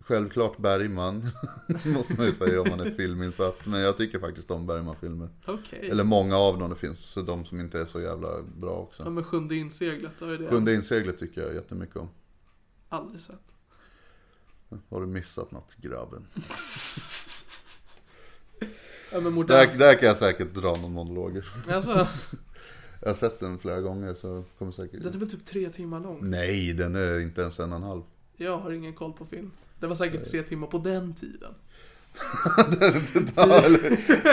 S5: Självklart Bergman, måste man ju säga om man är filminsatt. Men jag tycker faktiskt om Bergman-filmer.
S4: Okej.
S5: Eller många av dem, det finns de som inte är så jävla bra
S4: Ja
S5: också.
S4: men Sjunde inseglet, då är det
S5: Sjunde inseglet tycker jag jättemycket om.
S4: aldrig sett.
S5: Har du missat något grabben?
S4: Ja men
S5: Där,
S4: modern...
S5: där kan jag säkert dra någon monologer.
S4: Alltså,
S5: Jag har sett den flera gånger så kommer säkert...
S4: den är väl typ tre timmar lång?
S5: Nej, den är inte ens en och en halv.
S4: Jag har ingen koll på film. Det var säkert tre timmar på den tiden.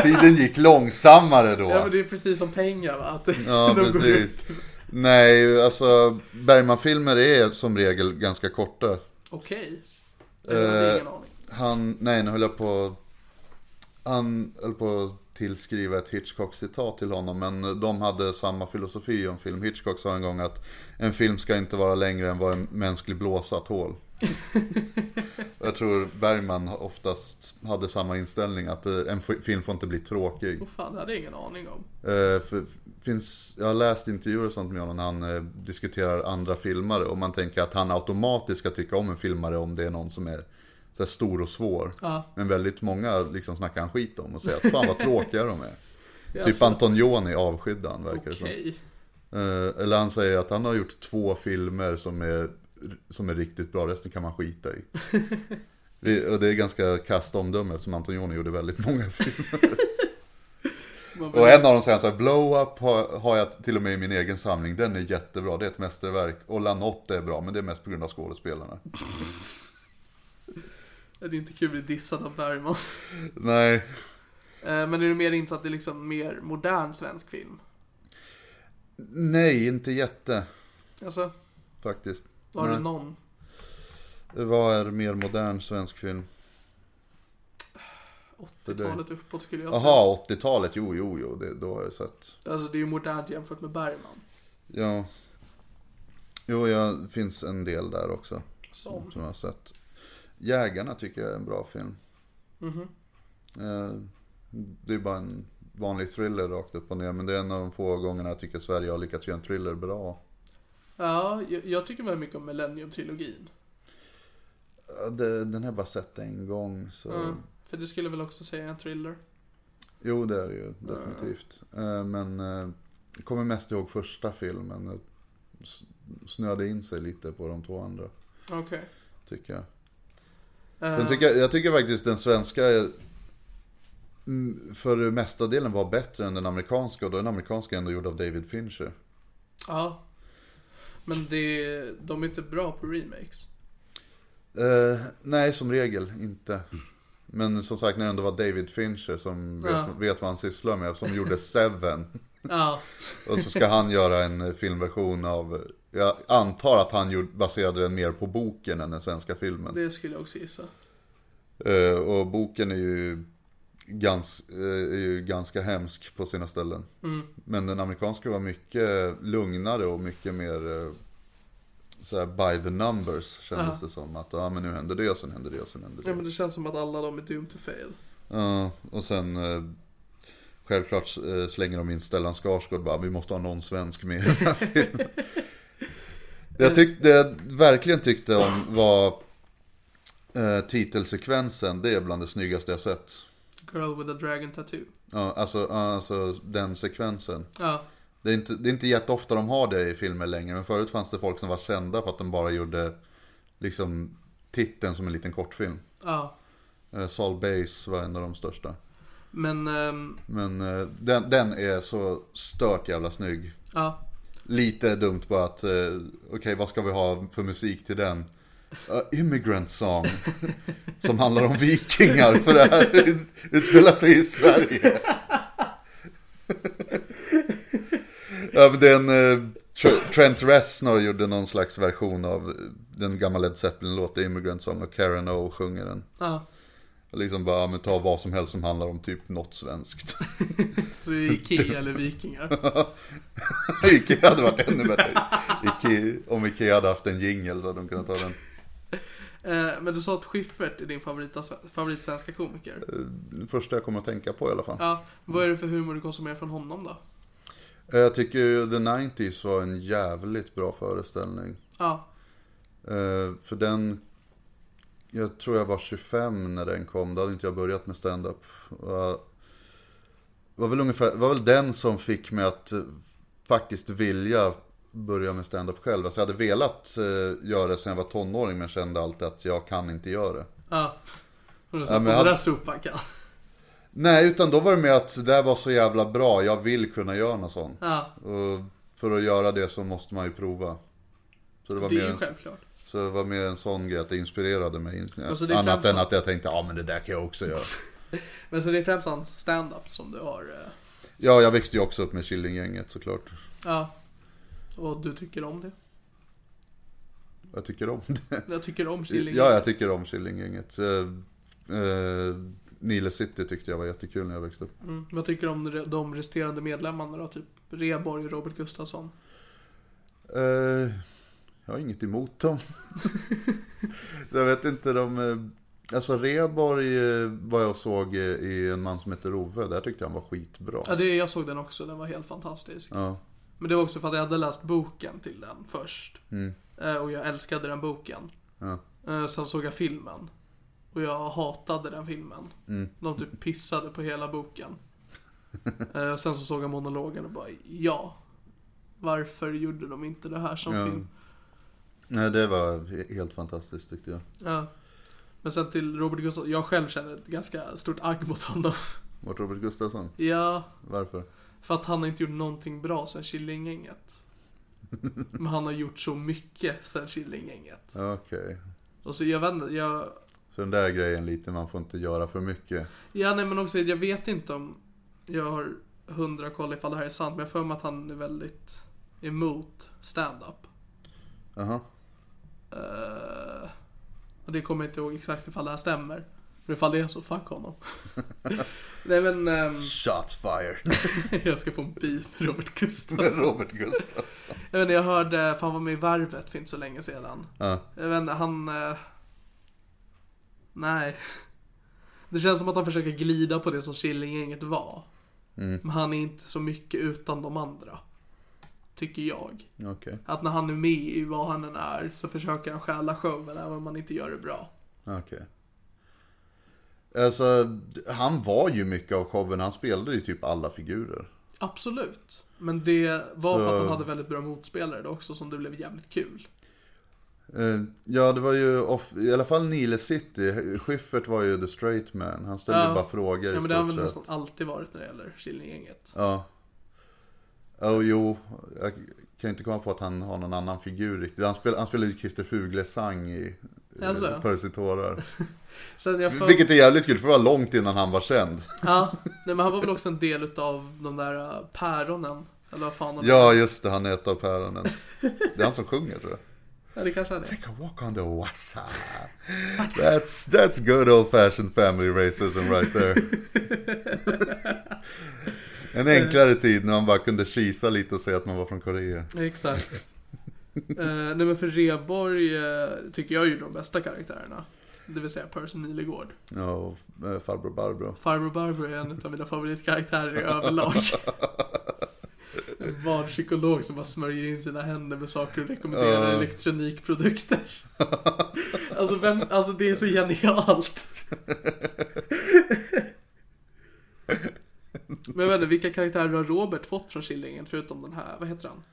S5: Tiden gick långsammare då.
S4: Ja men det är precis som pengar va? Att
S5: Ja,
S4: de går
S5: precis.
S4: ut.
S5: Nej, alltså Bergman-filmer är som regel ganska korta.
S4: Okej.
S5: Eh,
S4: Jag hade ingen aning.
S5: Han, nej nu höll jag på Han höll på att tillskriva ett Hitchcock-citat till honom Men de hade samma filosofi om film Hitchcock sa en gång att En film ska inte vara längre än vad en mänsklig blåsa tål Jag tror Bergman oftast hade samma inställning att eh, en f- film får inte bli tråkig
S4: Åh fan, det hade jag ingen aning om.
S5: Eh, för, finns, jag har läst intervjuer och sånt med honom när han eh, diskuterar andra filmare och man tänker att han automatiskt ska tycka om en filmare om det är någon som är så här, stor och svår.
S4: Ja.
S5: Men väldigt många liksom snackar han skit om och säger att fan vad tråkiga de är.
S4: Ja,
S5: Typ
S4: så-
S5: Antonioni avskydde han verkar det
S4: Alltså,
S5: som.
S4: Okej.
S5: Eh, Eller han säger att han har gjort två filmer som är, som är riktigt bra, resten kan man skita i. Det- Och det är ganska kast omdöme som Antonioni gjorde väldigt många filmer.
S4: Man
S5: Och en av dem säger så här, Blow Up har, har jag till och med i min egen samling, den är jättebra, det är ett mästerverk. Och Lanotte är bra, men det är mest på grund av skådespelarna.
S4: Det är inte kul att bli dissad av Bergman.
S5: Nej,
S4: Eh, Men är du mer insatt i liksom mer modern svensk film?
S5: Nej, inte jätte
S4: Alltså,
S5: faktiskt.
S4: har du
S5: Nej.
S4: någon?
S5: Vad är mer modern svensk film?
S4: 80-talet uppåt skulle jag säga.
S5: Jaha, 80-talet. Jo, jo, jo. Det, då har jag sett.
S4: Alltså det är ju modernt jämfört med Bergman.
S5: Ja. Jo, jag finns en del där också.
S4: Som.
S5: Som jag har sett. Jägarna tycker jag är en bra film.
S4: Mhm.
S5: Eh, Det är bara en vanlig thriller rakt upp och ner. Men det är en av de få gångerna jag tycker Sverige har lyckats göra en thriller bra.
S4: Ja, jag, jag tycker väldigt mycket om Millennium-trilogin.
S5: Ja, det- Den har jag bara sett en gång. Så...
S4: Mm. För du skulle väl också säga en thriller?
S5: Jo, det är det ju definitivt. Eh, Men eh, jag kommer mest ihåg första filmen. Jag s- snöade in sig lite på de två andra,
S4: Okej.
S5: tycker jag.
S4: Eh,
S5: Sen tycker jag, jag tycker faktiskt den svenska eh, mm, för mesta delen var bättre än den amerikanska. Och då är den amerikanska ändå gjord av David Fincher.
S4: Ja. Men det, de är inte bra på remakes.
S5: Eh, nej, som regel inte. Men som sagt, när det ändå var David Fincher som vet,
S4: Ja.
S5: vet vad han sysslar med, som gjorde Seven.
S4: Ja,
S5: Och så ska han göra en eh, filmversion av, jag antar att han gjorde, baserade den mer på boken än den svenska filmen.
S4: det skulle jag också gissa.
S5: Eh, och boken är ju, gans, eh, är ju ganska hemsk på sina ställen.
S4: Mm.
S5: Men den amerikanska var mycket lugnare och mycket mer eh, så här by the numbers kändes det som. Att ja men nu händer det och sen händer det och sen händer det.
S4: Ja, men det känns som att alla de är doomed to fail.
S5: Ja, och sen eh, självklart eh, slänger de in Stellan Skarsgård bara, vi måste ha någon svensk med i den här filmen. Det jag, tyck, det jag verkligen tyckte om var eh, titelsekvensen, det är bland det snyggaste jag sett.
S4: Girl with a dragon tattoo.
S5: Ja, alltså, ja, alltså den sekvensen.
S4: Ja,
S5: Det är, inte, det är inte jätteofta de har det i filmer längre, men förut fanns det folk som var kända för att de bara gjorde liksom titeln som en liten kortfilm.
S4: ja.
S5: Eh, Saul Bass var en av de största.
S4: Men, ehm,
S5: Men eh, den, den är så stört jävla snygg.
S4: ja.
S5: Lite dumt bara att, eh, okej vad ska vi ha för musik till den? Uh, immigrant song. Som handlar om vikingar för det här ut- utspelar sig i Sverige. ja, men den, eh, Tr- Trent Reznor gjorde någon slags version av eh, den gamla Led Zeppelin-låten Immigrant Song och Karen O sjunger den.
S4: ja.
S5: Liksom bara, ja, men ta vad som helst som handlar om typ något svenskt.
S4: Så det är Ikea eller vikingar.
S5: Ikea hade varit ännu bättre. Ikea, om Ikea hade haft en jingel så hade de kunnat ta den.
S4: Eh, men du sa att Schyffert är din favorita, favorit svenska komiker.
S5: Eh. Den Första jag kommer att tänka på i alla fall.
S4: Ja, vad är det för humor du konsumerar från honom då?
S5: Eh, Jag tycker ju The 90s var en jävligt bra föreställning.
S4: Ja,
S5: Eh, För den... Jag tror jag var 25 när den kom. Då hade inte jag börjat med stand-up. Och jag- var väl ungefär, var väl den som fick mig att eh, faktiskt vilja börja med stand-up själv. Alltså jag hade velat eh, göra det sen jag var tonåring men kände alltid att jag kan inte göra det.
S4: ja. Och så
S5: Ja,
S4: ja,
S5: men
S4: men
S5: han-
S4: sopan kan.
S5: Nej, utan då var det med att det där var så jävla bra, jag vill kunna göra något sånt.
S4: Ja,
S5: Och för att göra det så måste man ju prova. Så det var,
S4: det
S5: mer
S4: är ju
S5: en,
S4: självklart.
S5: så det var mer en sån grej att det inspirerade mig.
S4: Alltså, det är
S5: Annat
S4: främst-
S5: än att jag tänkte, ja men det där kan jag också göra.
S4: Men så det är främst hans stand-up som du har. eh,
S5: ja, jag växte ju också upp med Killinggänget såklart.
S4: Ja. Och du tycker om det?
S5: Jag tycker om det.
S4: Jag tycker om Killing
S5: Ja, jag tycker om Killinggänget. Eh, eh, Nile City tyckte jag var jättekul när jag växte upp.
S4: Mm. Vad tycker du om re- de resterande medlemmarna då? Typ Reborg och Robert Gustafsson.
S5: Eh, jag har inget emot dem. jag vet inte, de... eh, Alltså Reborg eh, vad jag såg eh, i En man som heter Ove, där tyckte jag han var skitbra.
S4: Ja, det, jag såg den också. Den var helt fantastisk.
S5: Ja.
S4: Men det var också för att jag hade läst boken till den först. Eh, Och jag älskade den boken.
S5: Mm. Ja.
S4: Eh, Sen såg jag filmen. Och jag hatade den filmen.
S5: Mm.
S4: De typ pissade på hela boken. Eh, Sen så såg jag monologen och bara ja. Varför gjorde de inte det här som
S5: Ja.
S4: film?
S5: Nej, det var he- helt fantastiskt tyckte jag.
S4: Ja. Men sen till Robert Gustafsson. Jag själv känner ett ganska stort agg mot honom.
S5: Vart Robert Gustafsson?
S4: ja.
S5: Varför?
S4: För att han har inte gjort någonting bra sen Killinggänget. Men han har gjort så mycket sen Killinggänget.
S5: Okej.
S4: Och så jag vet inte, jag...
S5: Så Så den där grejen lite, man får inte göra för mycket.
S4: Ja, nej men också, jag vet inte om jag har hundra koll ifall det här är sant, men jag har för mig att han är väldigt emot stand-up.
S5: Jaha.
S4: Eh, och det kommer jag inte ihåg exakt ifall det här stämmer. Men ifall det är så, fuck honom. nej men, ehm,
S5: Shots fire.
S4: jag ska få en beef med Robert Gustafsson.
S5: Robert Gustafsson.
S4: Jag vet inte, jag hörde, för han var med i Värvet för inte så länge sedan.
S5: Ja.
S4: Jag vet inte, han... eh, Nej. Det känns som att han försöker glida på det som Killinggänget var.
S5: Mm.
S4: Men han är inte så mycket utan de andra. Tycker jag.
S5: Okej.
S4: Att när han är med i vad han än är så försöker han stjäla showen även om han inte gör det bra.
S5: Okej. Alltså, han var ju mycket av showen. Han spelade ju typ alla figurer.
S4: Absolut. Men det var för att
S5: Så-
S4: han hade väldigt bra motspelare då också som det blev jävligt kul.
S5: Eh, ja, det var ju off, i alla fall Nile City. Schyffert var ju the straight man. Han ställde
S4: Ja.
S5: ju bara frågor
S4: Ja
S5: i
S4: men det har väl
S5: stort sett.
S4: nästan alltid varit när det gäller Killinggänget.
S5: Ja. Oh, jo, jag kan inte komma på att han har någon annan figur riktigt. Han, spel, han spelade ju Christer Fuglesang i eh,
S4: Alltså.
S5: Percy tårar.
S4: Sen jag för...
S5: Vilket är jävligt kul, för det var långt innan han var känd.
S4: Ja, nej, men han var väl också en del utav de där äh, päronen. Eller vad fan de
S5: Ja, just det, han är ett av päronen. Det är han som sjunger tror jag.
S4: ja, det kanske är det.
S5: Take a walk on the wassa. That's, that's good old fashioned family racism right there. En enklare tid när man bara kunde kisa lite och säga att man var från Korea.
S4: Exakt. uh, nej men för Reborg eh, tycker jag är ju de bästa karaktärerna. Det vill säga Percy Nilegård.
S5: Ja, och eh, farbror Barbro.
S4: Farbror Barbro är en av mina favoritkaraktärer i överlag. En barnpsykolog som bara smörjer in sina händer med saker och rekommenderar elektronikprodukter. alltså, vem, alltså det är så genialt. Men jag vet inte, vilka karaktärer har Robert fått från Killingen förutom den här, vad heter han?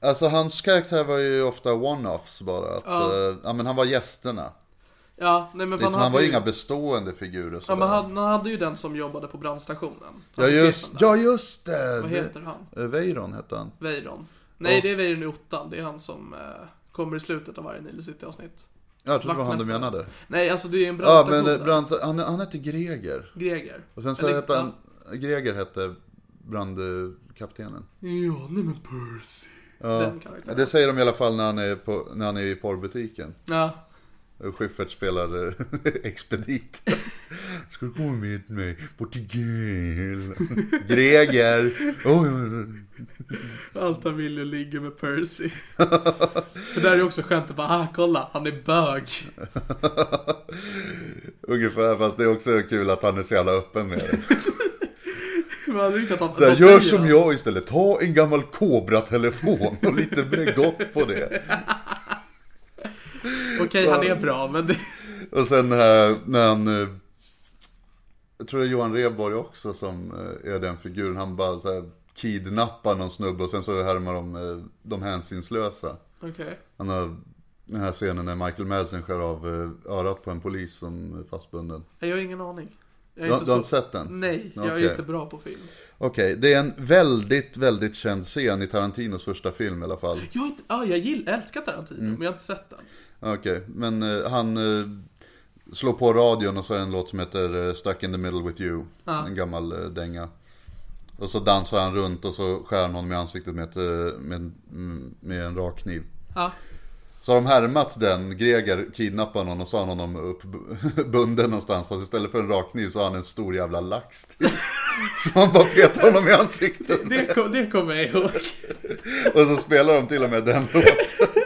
S5: Alltså hans karaktär var ju ofta one-offs bara. Att,
S4: Ja.
S5: eh, ja, men han var gästerna.
S4: Ja, nej men
S5: Liksom,
S4: han,
S5: han var
S4: hade
S5: ju
S4: ju,
S5: inga bestående figurer.
S4: ja,
S5: sådär.
S4: men han, han hade ju den som jobbade på brandstationen.
S5: ja,
S4: Alltså,
S5: just,
S4: chefen där.
S5: ja just det!
S4: Vad heter han?
S5: Eh, Veyron hette han.
S4: Veyron. Nej,
S5: Ja.
S4: det är Veyron i ottan. Det är han som eh, kommer i slutet av varje Nile City-avsnitt.
S5: Ja, Jag trodde det var han du
S4: Vaktmästare.
S5: menade.
S4: Nej, alltså det är en
S5: Ja,
S4: brandstation
S5: men eh,
S4: där.
S5: brand, han, han hette Greger.
S4: Greger.
S5: Och sen så
S4: Eller-
S5: hette han, Greger hette brandkaptenen.
S4: Ja, nej men Percy. Den
S5: Ja,
S4: karaktären.
S5: Det säger de i alla fall när han är, på, när han är i porrbutiken.
S4: Ja.
S5: Och Schyffert spelar eh, expedit. Ska du komma med mig bort till Gel? Greger! Oj, oj, oj.
S4: Allt han vill är att ligga med Percy. det där är också skönt att bara, ah, kolla, han är bög.
S5: Ungefär, fast det är också kul att han är så jävla öppen med det.
S4: Men aldrig riktigt att han,
S5: Så här,
S4: vad
S5: gör
S4: säger
S5: som
S4: han?
S5: jag istället, ta en gammal Cobra-telefon och lite Bregott på det.
S4: Okej, han är bra, men det...
S5: Och sen här, när han... eh, Jag tror det är Johan Rheborg också som eh, är den figuren. Han bara så här kidnappar någon snubbe och sen så härmar de eh, de hänsynslösa.
S4: Okej.
S5: Han har den här scenen när Michael Madsen skär av eh, örat på en polis som är fastbunden.
S4: Nej, Jag har ingen aning. Jag är
S5: Du, du har inte sett den?
S4: Nej, jag
S5: Okej.
S4: är inte bra på film.
S5: Okej, det är en väldigt, väldigt känd scen i Tarantinos första film i alla fall.
S4: Jag, har inte, ah, jag gillar, älskar Tarantino,
S5: Mm.
S4: men jag har inte sett den.
S5: Okej, men eh, han eh, slår på radion och så är det en låt som heter eh, Stuck in the middle with you.
S4: Ja.
S5: En gammal eh, dänga. Och så dansar han runt och så skär någon med ansiktet med, ett, eh, med, mm, med en rak kniv.
S4: Ja.
S5: Så har de härmat den, Greger kidnappar någon och så har han honom uppbunden någonstans. Fast istället för en rak kniv så har han en stor jävla lax till. Så han bara petar honom i ansiktet.
S4: Det, kom, det kommer jag ihåg.
S5: Och så spelar de till och med den låten.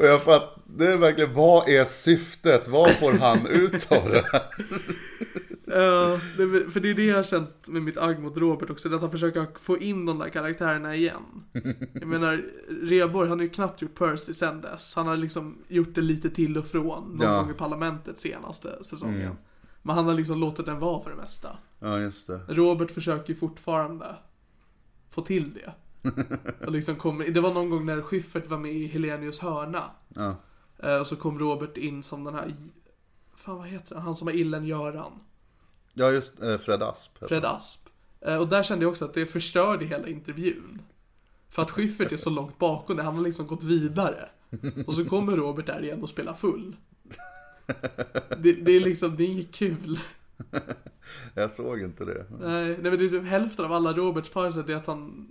S5: Och jag fattar, det är verkligen, vad är syftet? Vad får han ut av det här?
S4: Ja, nej, men- för det är det jag har känt med mitt agg mot Robert också, det är att han försöker få in de där karaktärerna igen. Jag menar, Reborg han har ju knappt gjort Percy sen dess. Han har liksom gjort det lite till och från, någon
S5: Ja. Mm.
S4: gång i Parlamentet senaste säsongen. Men han har liksom låtit den vara för det mesta.
S5: Ja, just det.
S4: Robert försöker ju fortfarande få till det. Och liksom kommer, det var någon gång när Schyffert var med i Helenius hörna.
S5: Ja.
S4: Eh, Och så kom Robert in som den här, fan vad heter han, han som har illen Göran.
S5: Ja, just eh, Fred Asp. heter
S4: Fred Asp. Eh, Och där kände jag också att det förstörde hela intervjun. För att Schyffert är så långt bakom det, han har liksom gått vidare. Och så kommer Robert där igen och spelar full. Det, det är liksom, det är inget kul.
S5: Jag såg inte det.
S4: Nej, nej men det är typ hälften av alla Roberts parser är att han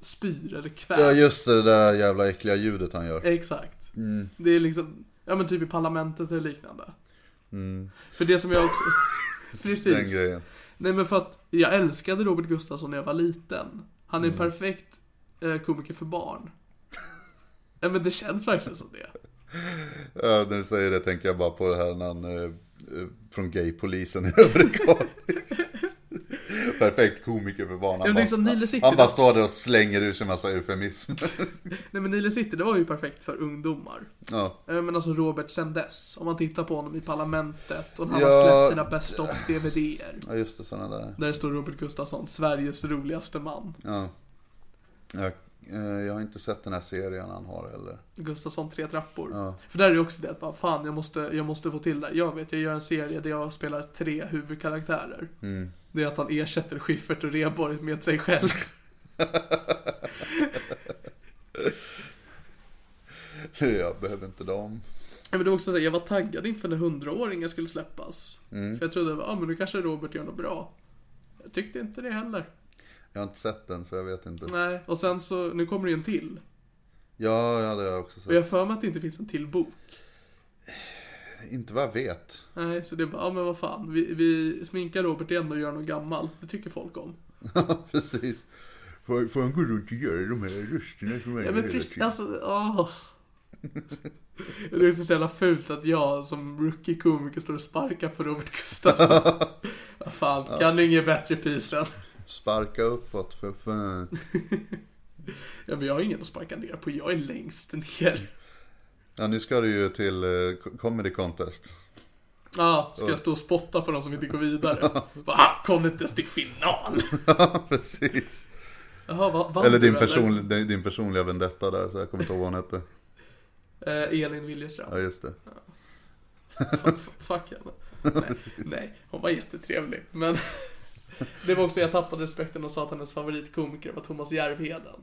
S4: spyr eller kvävs.
S5: Ja just Mm. det, det där jävla äckliga ljudet han gör.
S4: Exakt. Det är liksom, ja men typ i parlamentet eller liknande. För det som jag också...
S5: Mm. Den
S4: Precis.
S5: grejen.
S4: Nej men för att jag älskade Robert Gustafsson när jag var liten. Han är en perfekt eh, komiker för barn. ja men det känns verkligen som det.
S5: Ja, när du säger det tänker jag bara på det här när han eh, eh, från gaypolisen i Övre Kalix. Perfekt komiker för barn.
S4: men
S5: Han,
S4: det är som Nile
S5: bara,
S4: City
S5: han bara
S4: då.
S5: står där och slänger ur sig massa eufemismer.
S4: Nej men Nile City, det var ju perfekt för ungdomar.
S5: Ja.
S4: Eh, Men alltså Robert sen dess, om man tittar på honom i Parlamentet och när han
S5: Ja.
S4: har släppt sina Best of DVDer.
S5: ja, just det, sådana där.
S4: Där det står Robert Gustafsson, Sveriges roligaste man.
S5: Ja. Jag, eh, jag har inte sett den här serien han har heller.
S4: Gustafsson tre trappor. För där är det också det att bara, fan jag måste, jag måste få till det. Jag vet, jag gör en serie där jag spelar tre huvudkaraktärer. Det är att han ersätter Schyffert och Rheborg med sig själv.
S5: Jag behöver inte dem.
S4: Ja, Men det var också så här, jag var taggad inför när hundraåringen skulle släppas. För jag trodde, ja ah, men nu kanske Robert gör något bra. Jag tyckte inte det heller.
S5: Jag har inte sett den så jag vet inte.
S4: Nej, och sen så, nu kommer det ju en till.
S5: Ja, ja det har jag också
S4: Och
S5: sett.
S4: jag har för mig att det inte finns en till bok.
S5: Inte vad jag vet.
S4: Nej, så det är bara, ja men vad fan. Vi, vi sminkar Robert igen och gör något gammal. Det tycker folk om.
S5: precis. Får, får han gå runt och göra de här rösterna som han
S4: Ja
S5: gör
S4: men
S5: hela
S4: precis,
S5: tiden?
S4: alltså, åh. Det är så jävla fult att jag som rookie-komiker står och sparkar på Robert Gustafsson. Vad fan, kan du inget bättre pisen?
S5: Sparka uppåt för fan.
S4: Ja men jag har ingen att sparka ner på, jag är längst ner.
S5: Ja, nu ska du ju till eh, Comedy Contest.
S4: Ja, ah, ska jag stå och spotta på de som inte går vidare? Va, kom inte ens till final?
S5: precis.
S4: Jaha, va, vann
S5: Eller din,
S4: du,
S5: person, din, din personliga vendetta där, så jag kommer inte ihåg vad hon hette.
S4: Eh, Elin Wiljeström.
S5: Ja, just det.
S4: F- f- Fuck henne. Nej, nej, hon var jättetrevlig. Men det var också, jag tappade respekten och sa att hennes favoritkomiker var Thomas Järvheden.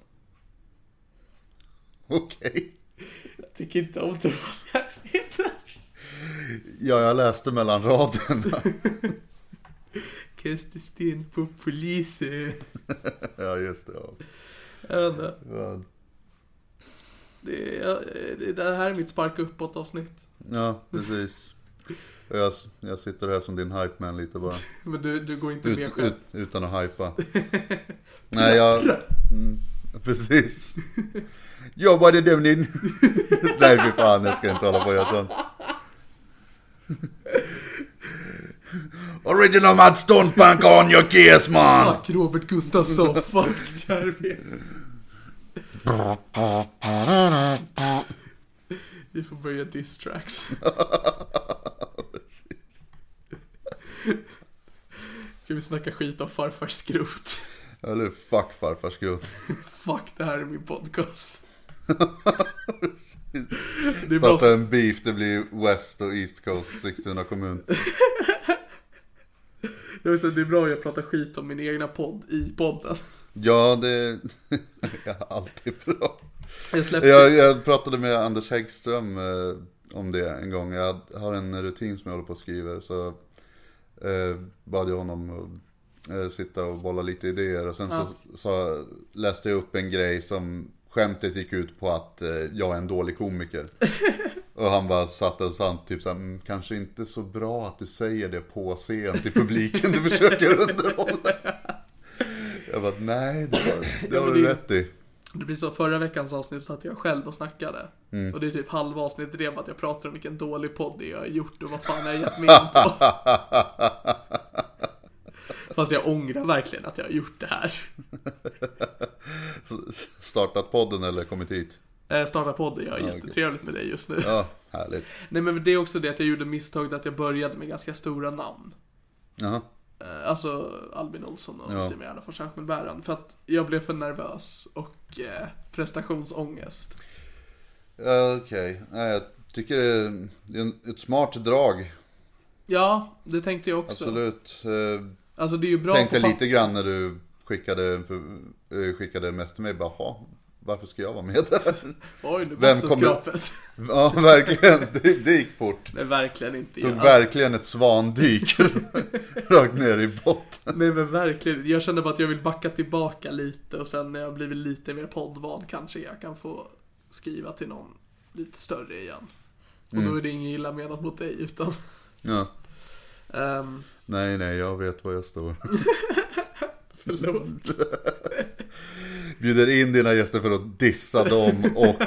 S5: Okej.
S4: Jag tycker inte om Thomas Järvheden.
S5: Ja, jag läste mellan raderna.
S4: Kasta sten på polisen.
S5: ja, just det. Ja.
S4: Jag vet inte.
S5: Ja.
S4: Det, jag- det, det här är mitt sparka uppåt avsnitt.
S5: Ja, precis. Och Jag, jag sitter här som din hype man lite bara.
S4: Men du, du går inte med
S5: Ut,
S4: själv.
S5: ut, utan att hypa. Nej, jag... Mm, precis. Jobba det dämning. Nej, fy fan, jag ska inte hålla på och göra sånt. Original mud stone punk on your gears man!
S4: Fuck Robert Gustafsson, fuck Järvheden. Vi får börja diss tracks.
S5: Precis.
S4: Ska vi snacka skit om farfars skrot?
S5: Eller fuck farfars skrot.
S4: Fuck, det här är min podcast.
S5: Precis.
S4: Det är bara
S5: Starta
S4: så,
S5: en beef, det blir West och East Coast, Sigtuna kommun.
S4: det är så- det är bra att jag pratar skit om min egna podd i podden.
S5: Ja, det är alltid bra.
S4: Jag släppte...
S5: Jag, jag pratade med Anders Häggström eh, om det en gång. Jag har en rutin som jag håller på och skriver. Så eh, bad jag honom att eh, sitta och bolla lite idéer. Och sen så, så läste jag upp en grej som skämtet gick ut på att eh, jag är en dålig komiker. Och han bara satt där och sa typ såhär, "Mm, kanske inte så bra att du säger det på scen till publiken du försöker underhålla. Jag bara, nej det har, det har
S4: men
S5: du
S4: det är-
S5: rätt i.
S4: Det blir så, förra veckans avsnitt satt jag själv och snackade.
S5: Mm.
S4: Och det är typ halva avsnittet det bara att jag pratar om vilken dålig podd det är jag har gjort och vad fan jag har gett mig in på. Fast jag ångrar verkligen att jag har gjort det här.
S5: S- Startat podden eller kommit hit?
S4: Eh, Starta podden, jag har
S5: okej.
S4: jättetrevligt med dig just nu.
S5: Ja, härligt.
S4: Nej men det är också det att jag gjorde misstaget att jag började med ganska stora namn.
S5: Jaha.
S4: Eh, Alltså Albin Olsson och
S5: Ja.
S4: Simon Gärdenfors och Ahmed Bäran. För att jag blev för nervös och eh, prestationsångest.
S5: Ja, Okej, Nej, jag tycker det är det är en- ett smart drag.
S4: Ja, det tänkte jag också.
S5: Absolut. Eh,
S4: Alltså det är ju Alltså, bra
S5: Tänkte
S4: på papp-
S5: lite grann när du skickade, för- eh, skickade mest till mig. Bara, "Jaha, varför ska jag vara med där?
S4: Oj, nu
S5: Vem
S4: blev
S5: kommer-
S4: skrapet.
S5: ja, verkligen. Det, det gick fort.
S4: Nej, verkligen inte.
S5: Tog
S4: Ja.
S5: verkligen ett svandyk rakt ner i botten.
S4: Nej men verkligen, jag känner bara att jag vill backa tillbaka lite och sen när jag blivit lite mer poddvan kanske jag kan få skriva till någon lite större igen. Och
S5: Mm.
S4: då är det inget illa menat mot dig utan...
S5: Ja.
S4: Um,
S5: Nej, nej, jag vet var jag står.
S4: förlåt.
S5: Bjuder in dina gäster för att dissa dem och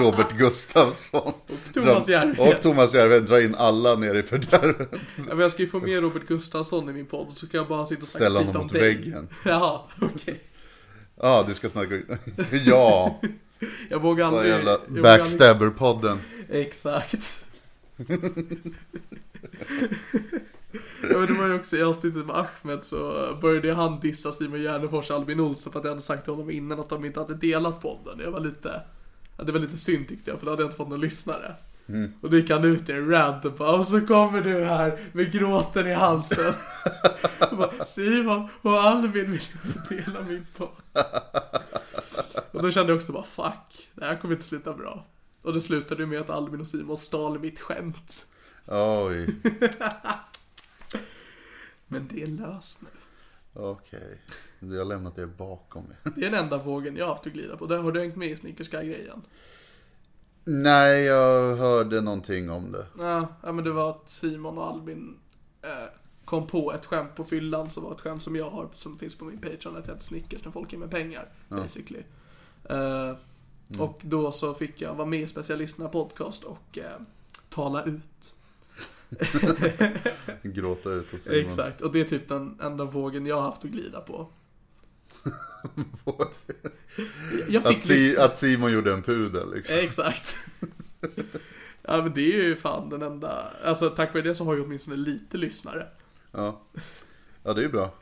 S5: Robert Gustafsson.
S4: Thomas Järvheden.
S5: Och Thomas Järvheden. Dra in alla ner i fördärvet.
S4: Ja, men jag ska ju få med Robert Gustafsson i min podd så kan jag bara sitta och snacka
S5: Ställa
S4: skit
S5: honom
S4: om
S5: mot
S4: dig.
S5: väggen.
S4: Jaha, okej.
S5: Ja, du ska snacka... Ja,
S4: Jag vågar
S5: vad
S4: aldrig...
S5: jävla
S4: jag vågar aldrig-
S5: backstabber-podden.
S4: Exakt. ja, men det var ju också i avsnittet med Ahmed så började ju han dissa Simon Gärdenfors och Albin Olsson för att jag hade sagt till honom innan att de inte hade delat podden. Jag var lite, ja, det var lite synd tyckte jag för då hade jag inte fått någon lyssnare. Och då gick han ut i en rant och bara och så kommer du här med gråten i halsen. Och bara, Simon och Albin vill inte dela min podd. Och då kände jag också bara fuck, det här kommer inte sluta bra. Och det slutade ju med att Albin och Simon stal mitt skämt.
S5: Oj,
S4: Men det är löst nu.
S5: okej. Jag har lämnat er bakom mig.
S4: Det är den enda vågen jag har haft att glida på. Där har du hängt med i snickerska-grejen?
S5: Nej, jag hörde någonting om det.
S4: Ja, ja, men det var att Simon och Albin eh, kom på ett skämt på fyllan som var ett skämt som jag har som finns på min Patreon att jag heter Snickers när folk ger mig pengar. Basically. Eh, Och då så fick jag vara med i specialisterna podcast och eh, tala ut.
S5: Gråta ut och Simon.
S4: Exakt, och det är typ den enda vågen jag har haft att glida på. Jag fick
S5: Att, si,
S4: lyssna.
S5: att Simon gjorde en pudel liksom.
S4: Exakt. ja men det är ju fan den enda, alltså tack vare det så har jag åtminstone lite lyssnare.
S5: Ja. ja, det är ju bra.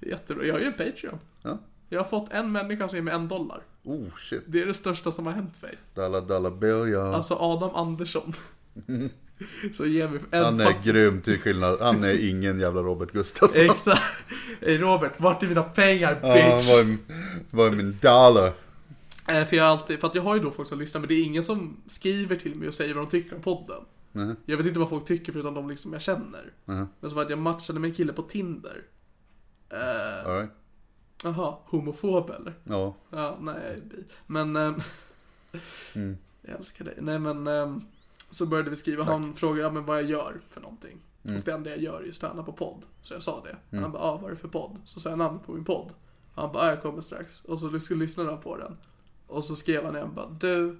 S4: Jättebra, jag har ju en Patreon.
S5: Ja.
S4: Jag har fått en människa som ger mig en dollar.
S5: Oh shit.
S4: Det är det största som har hänt mig.
S5: Dalla Dalla Bill, ja. Mm.
S4: Alltså Adam Andersson. så ger mig en
S5: Han
S4: fuck-
S5: är grym till skillnad. Han är ingen jävla Robert Gustafsson.
S4: Exakt. Hej Robert, vart är mina pengar
S5: Ja, Han
S4: bitch?
S5: var, ju- var ju min dollar.
S4: Eh, För jag, har alltid, för att jag har ju då folk som lyssnar men det är ingen som skriver till mig och säger vad de tycker om podden. Jag vet inte vad folk tycker förutom de liksom jag känner. Men så var det att jag matchade med en kille på Tinder. Eh,
S5: All right.
S4: Jaha, homofob eller?
S5: Ja,
S4: Ja, nej jag är bi. Men... ehm, Jag älskar dig. Nej men... ehm, så började vi skriva, han frågade ja, men vad jag gör för någonting. Och det enda jag gör är ju stand-up på podd. Så jag sa det. Han bara, ah, vad är det för podd? Så sa jag namnet på min podd. Han bara, ah, jag kommer strax. Och så skulle lyssnade han på den. Och så skrev han igen bara, du...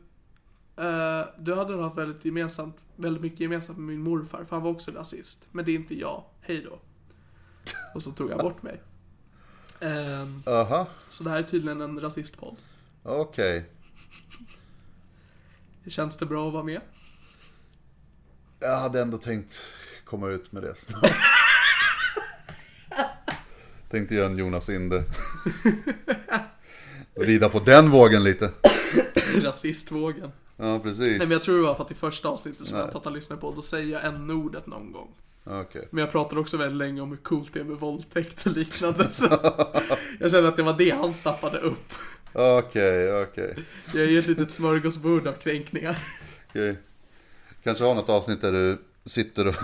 S4: eh, du hade nog haft väldigt, gemensamt, väldigt mycket gemensamt med min morfar, för han var också rasist. Men det är inte jag. Hej då. Och så tog han bort mig. Ehm,
S5: aha,
S4: så det här är tydligen en rasistpodd.
S5: okej.
S4: Känns det bra att vara med?
S5: Jag hade ändå tänkt komma ut med det snart. tänkte göra en Jonas Inde. Rida på den vågen lite.
S4: Rasistvågen.
S5: Ja, precis.
S4: Nej men jag tror det var för att i första avsnittet som
S5: Nej.
S4: jag Tata lyssnade på, då säger jag n-ordet någon gång.
S5: Okej.
S4: Men jag pratade också väldigt länge om hur coolt det är med våldtäkt och liknande. Så jag känner att det var det han snappade upp.
S5: Okej, okej.
S4: Jag är ett litet smörgåsbord av kränkningar.
S5: Okej. eh, Kanske har något avsnitt där du sitter och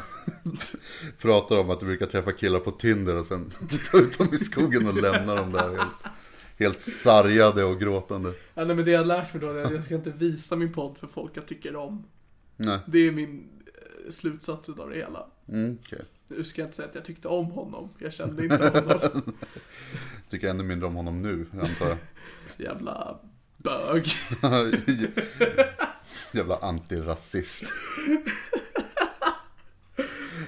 S5: pratar om att du brukar träffa killar på Tinder och sen ta ut dem i skogen och lämna dem där helt, helt sargade och gråtande.
S4: Ja, nej, men det jag har lärt mig då är att jag ska inte visa min podd för folk jag tycker om.
S5: Nej.
S4: Det är min eh, slutsats utav det hela.
S5: Mm, okej.
S4: Nu ska jag inte säga att jag tyckte om honom. Jag kände inte honom.
S5: Tycker ännu mindre om honom nu, antar jag.
S4: Jävla bög.
S5: Jävla antirasist.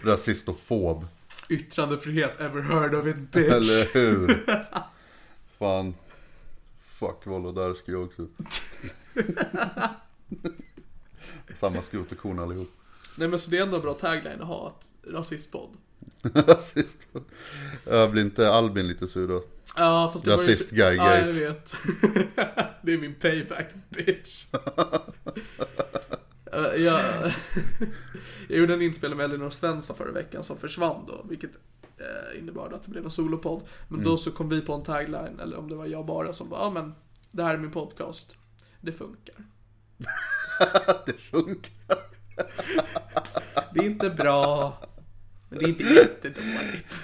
S5: Rasistofob.
S4: Yttrandefrihet ever heard of it bitch.
S5: Eller hur? Fan. Fuck Volodarski också. Samma skrot och korn allihop.
S4: Nej men så det är ändå en bra tagline att ha, att rasistpodd.
S5: Rasist. Jag blir inte Albin lite sur då?
S4: Ja fast det
S5: Rasist
S4: var
S5: guy
S4: ju... Ja, jag
S5: gate.
S4: vet. det är min payback bitch. Eh, jag... jag gjorde en inspelning med Elinor Svensson förra veckan som försvann då, vilket eh, innebar att det blev en solopodd. Men då så kom vi på en tagline, eller om det var jag bara som bara, ja men det här är min podcast. Det funkar.
S5: det funkar.
S4: Det är inte bra, men det är inte jättedåligt.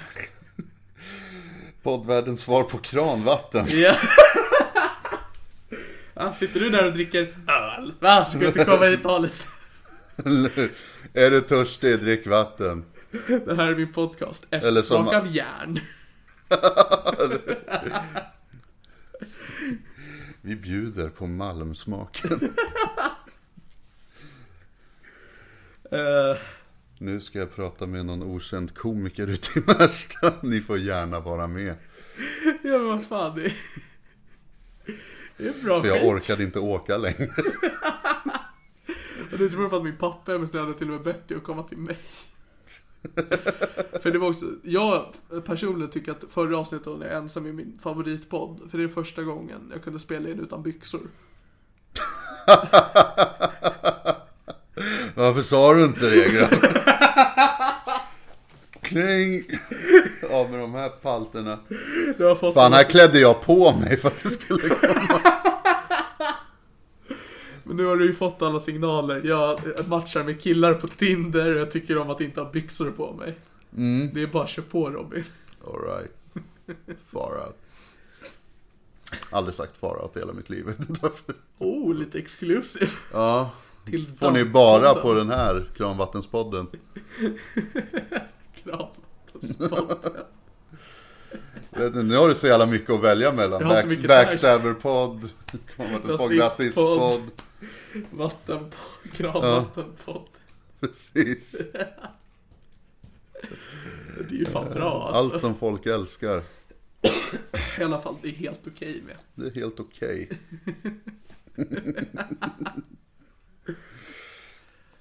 S5: Poddvärldens svar på kranvatten.
S4: Ja. Ja, Ah, sitter du där och dricker öl? Va? Ska du inte komma hit och ta lite?
S5: är du törstig, drick vatten.
S4: Det här är min podcast.
S5: Eller
S4: Eftersmak
S5: som-
S4: av järn.
S5: Vi bjuder på malmsmaken.
S4: Eh,
S5: Nu ska jag prata med någon okänd komiker ute i Märsta. Ni får gärna vara med.
S4: ja men vad fan. Det är, det är bra
S5: För jag
S4: skit.
S5: orkade inte åka längre.
S4: Och det vore för att min pappa är med snällde till och med Betty och komma till mig. för det var också, jag personligen tycker att förra avsnittet när jag är ensam är min favoritpodd. För det är första gången jag kunde spela in utan byxor.
S5: Varför sa du inte det grabb? Kling! Av med de här palterna.
S4: Det har fått
S5: Fan,
S4: mig-
S5: här klädde jag på mig för att du skulle komma.
S4: Men nu har du ju fått alla signaler. Jag matchar med killar på Tinder och jag tycker om att inte ha byxor på mig.
S5: Mm.
S4: Det är bara att köra på Robin.
S5: Alright. Far out. Aldrig sagt far out i hela mitt liv. Därför-
S4: Oh, lite exklusiv.
S5: ja,
S4: Till
S5: får ni bara på den här kranvattenspodden.
S4: Kramvattenspodden.
S5: Vet ni, Nu har du så jävla mycket att välja mellan.
S4: Jag har så
S5: Back,
S4: mycket
S5: Backstabber-podd,
S4: Rasistpodd.
S5: kranvattenspodd, rasistpodd.
S4: Vattenpodd. Kramvattenpodd.
S5: Precis.
S4: Det är ju fan bra alltså.
S5: Allt som folk älskar.
S4: I alla fall, det är helt okej med.
S5: Det är helt okej.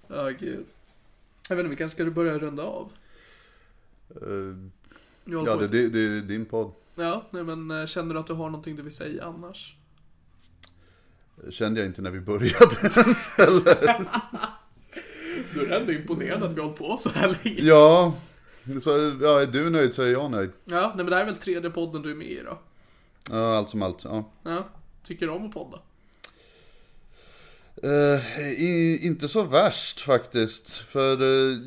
S4: Ja, gud. eh, Jag vet inte, vi kanske ska börja runda av?
S5: Eh,
S4: Jag håller
S5: Ja,
S4: på
S5: det,
S4: ett-
S5: det, det är din podd.
S4: ja nej, men eh, känner du att du har någonting du vill säga annars?
S5: Kände jag inte när vi började ens heller.
S4: Du är ändå imponerad att vi har hållit på så här länge.
S5: Ja, så, ja, är du nöjd så är jag nöjd.
S4: Ja, nej men det här är väl tredje podden du är med i då?
S5: Ja, allt som allt. Ja.
S4: Ja. Tycker du om att podda?
S5: Eh, i, inte så värst faktiskt. För eh,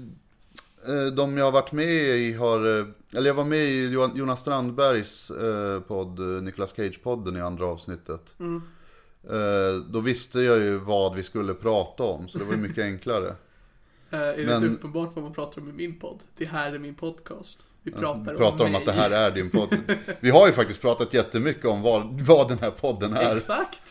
S5: eh, de jag har varit med i har... eh, Eller jag var med i Johan- Jonas Strandbergs eh, podd, eh, Nicolas Cage-podden i andra avsnittet. Eh, Då visste jag ju vad vi skulle prata om, så det var ju mycket enklare.
S4: Eh, är det
S5: Men-
S4: inte uppenbart vad man pratar om i min podd? Det här är min podcast. Vi pratar,
S5: Vi pratar om
S4: mig.
S5: att det här är din podd. Vi har ju faktiskt pratat jättemycket om vad, vad den här podden är.
S4: Exakt!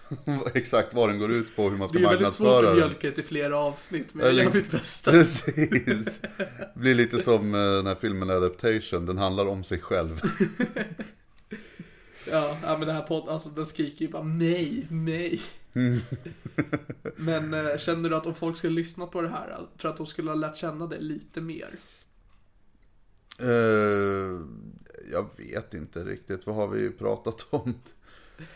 S5: Exakt vad den går ut på och hur man
S4: Det
S5: ska
S4: är ju väldigt svårt
S5: marknadsföra
S4: att
S5: den.
S4: mjölka det till flera avsnitt, men jag
S5: Eller-
S4: gör mitt bästa.
S5: Precis. Det blir lite som eh, den här filmen Adaptation, den handlar om sig själv.
S4: Ja, ja, men den här podden, alltså den skriker ju bara nej, nej.
S5: Mm.
S4: men eh, känner du att om folk skulle lyssna på det här, eh, tror du att de skulle ha lärt känna dig lite mer?
S5: Eh, jag vet inte riktigt, vad har vi pratat om?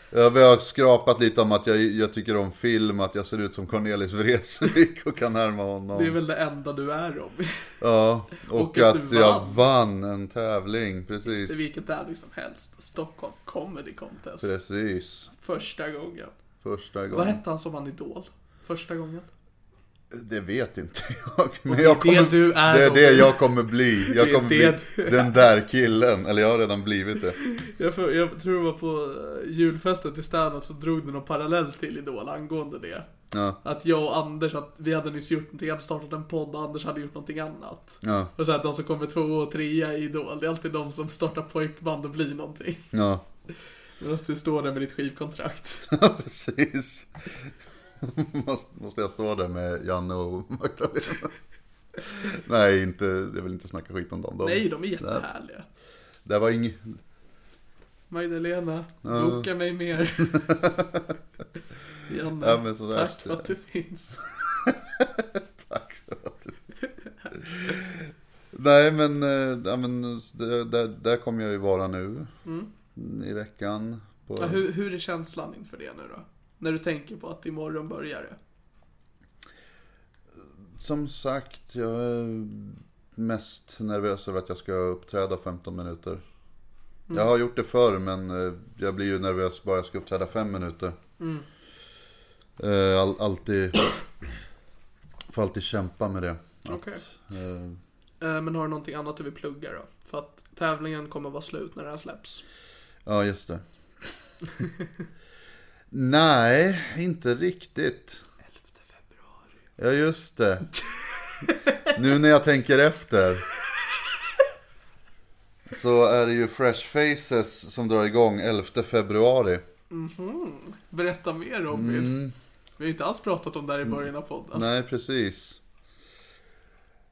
S5: Ja, vi har skrapat lite om att jag, jag tycker om film, att jag ser ut som Cornelis Vreeswijk och kan härma honom.
S4: Det är väl det enda du är Robin.
S5: Ja, och,
S4: Och att
S5: att,
S4: du
S5: jag vann en tävling, precis.
S4: I vilken tävling som liksom, helst. Stockholm Comedy Contest.
S5: Precis.
S4: Första gången.
S5: Första
S4: Vad
S5: gången.
S4: hette han som vann Idol? Första gången?
S5: Det vet inte jag. Men
S4: det är
S5: jag
S4: det
S5: kommer,
S4: du är,
S5: det är det
S4: Robin.
S5: jag kommer bli. Jag
S4: Det är
S5: kommer bli
S4: det du är.
S5: den där killen. Eller jag har redan blivit det.
S4: Jag, för, jag tror det var på eh, julfesten till standup så drog du någon parallell till Idol angående det.
S5: Ja,
S4: Att jag och Anders, att vi hade nyss gjort någonting, jag hade startat en podd och Anders hade gjort någonting annat.
S5: ja,
S4: Och så att de som kommer tvåa och trea i Idol, det är alltid de som startar pojkband och blir någonting.
S5: ja.
S4: Medan du står där med ditt skivkontrakt.
S5: precis. Måste, måste jag stå där med Janne och Magdalena? Nej, inte, jag vill inte snacka skit om dem. De,
S4: Nej, de är jättehärliga.
S5: Det var inget...
S4: Magdalena, boka mig mer. Janne,
S5: Ja, men sådär.
S4: tack för att du finns.
S5: Tack för att du... Nej men, eh, ja, men det- där, där kommer jag ju vara nu. I veckan. På...
S4: Mm. Ja, hur, hur är känslan inför det nu då? När du tänker på att imorgon börjar det.
S5: Som sagt, jag är mest nervös över att jag ska uppträda 15 minuter. Jag har gjort det förr men eh, jag blir ju nervös bara jag ska uppträda 5 minuter. Eh, all, alltid... Får alltid kämpa med det. Att,
S4: Okej.
S5: eh,
S4: Eh, Men har du någonting annat du vill plugga då? För att tävlingen kommer vara slut när den här släpps.
S5: Ja, just det. Nej, inte riktigt.
S4: 11 februari.
S5: Ja, just det. Nu när jag tänker efter. Så är det ju Fresh Faces som drar igång 11 februari.
S4: Berätta mer Robin. Vi har inte alls pratat om det här i början av podden.
S5: Mm. Nej, precis.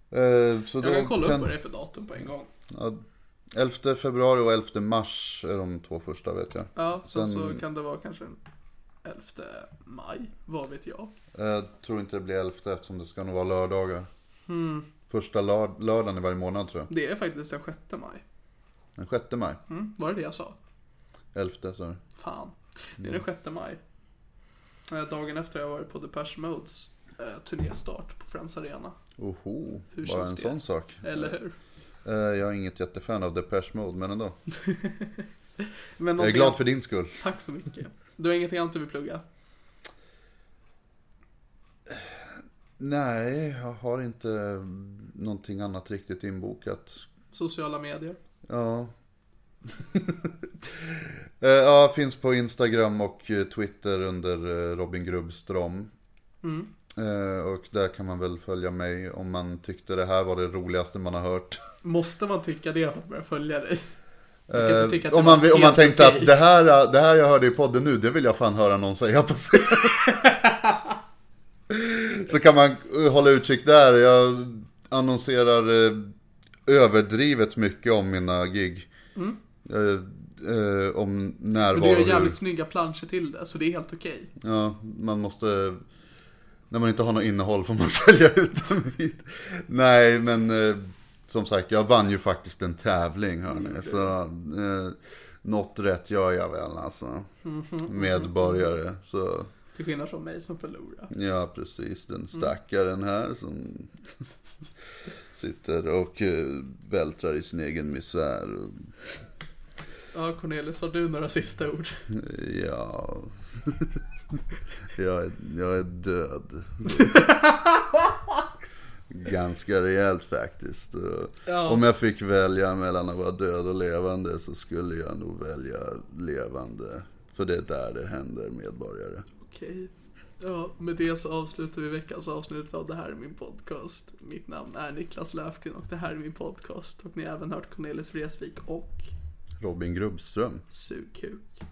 S5: Eh, Så då
S4: Jag kan kolla upp
S5: kan-
S4: vad det är för datum på en gång.
S5: ja, 11 februari och 11 mars är de två första vet jag.
S4: Ja, sen
S5: Sen-
S4: så kan det vara kanske den 11 maj, vad vet jag.
S5: Jag tror inte det blir 11 eftersom det ska nog vara lördagar.
S4: Hmm.
S5: Första lör- lördagen i varje månad tror jag.
S4: Det är faktiskt den 6 maj.
S5: Den 6 maj.
S4: Mm, var det det jag sa?
S5: 11 sa du.
S4: Fan.
S5: Mm.
S4: Det är den 6 maj. Eh, Dagen efter har jag varit på Depeche Modes eh, turnéstart på Friends Arena.
S5: Oho,
S4: Hur
S5: bara
S4: känns
S5: en
S4: det?
S5: sån sak.
S4: Eller hur?
S5: Eh, Jag är inget jättefan av Depeche Mode, men ändå.
S4: Men
S5: Jag är glad för din skull.
S4: Tack så mycket. Du har ingenting annat du vill plugga?
S5: Nej, jag har inte mm, någonting annat riktigt inbokat.
S4: Sociala medier?
S5: Ja. Eh, ja, finns på Instagram och eh, Twitter under eh, Robin Grubbström. Eh, Och där kan man väl följa mig om man tyckte det här var det roligaste man har hört.
S4: Måste man tycka det för att börja följa dig? kan inte tycka att
S5: Eh,
S4: det
S5: om, man,
S4: var
S5: vill- om man
S4: helt
S5: tänkte
S4: okej.
S5: att det här, eh, det här jag hörde i podden nu, det vill jag fan höra någon säga på scen. Så kan man eh, hålla utkik där. Jag annonserar eh, överdrivet mycket om mina gig. Eh, eh, om
S4: Mm. Men
S5: närvaro.
S4: du gör
S5: hur-
S4: jävligt snygga planscher till det, så det är helt okej.
S5: Ja, man måste... När man inte har något innehåll får man sälja ut dem hit. Nej, men eh, som sagt, jag vann ju faktiskt en tävling hörni. Så eh, något rätt gör jag väl alltså. Medborgare. Så
S4: Till skillnad från mig som förlorar.
S5: ja, precis. Den stackaren här som sitter och eh, vältrar i sin egen misär. Och,
S4: Ja, Cornelis, har du några sista ord?
S5: Ja... jag, är, jag är död. Ganska rejält faktiskt.
S4: Ja.
S5: Om jag fick välja mellan att vara död och levande så skulle jag nog välja levande. För det är där det händer medborgare.
S4: Okej. Ja, med det så avslutar vi veckans avsnitt av Det här är min podcast. Mitt namn är Niklas Löfgren och det här är min podcast. Och ni har även hört Cornelis Vreeswijk och
S5: Robin Grubbström.
S4: Sugkuk.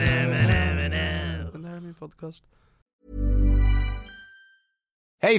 S4: Det här är min podcast.
S6: Hey,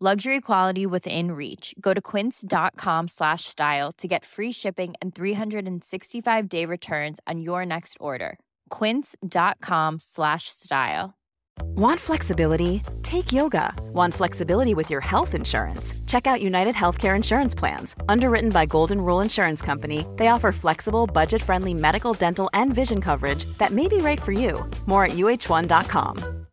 S7: Luxury quality within reach. Go to quince.com slash style to get free shipping and 365 day returns on your next order. Quince.com slash style.
S8: Want flexibility? Take yoga. Want flexibility with your health insurance? Check out United Healthcare Insurance Plans. Underwritten by Golden Rule Insurance Company, they offer flexible, budget friendly medical, dental, and vision coverage that may be right for you. More at uh1.com.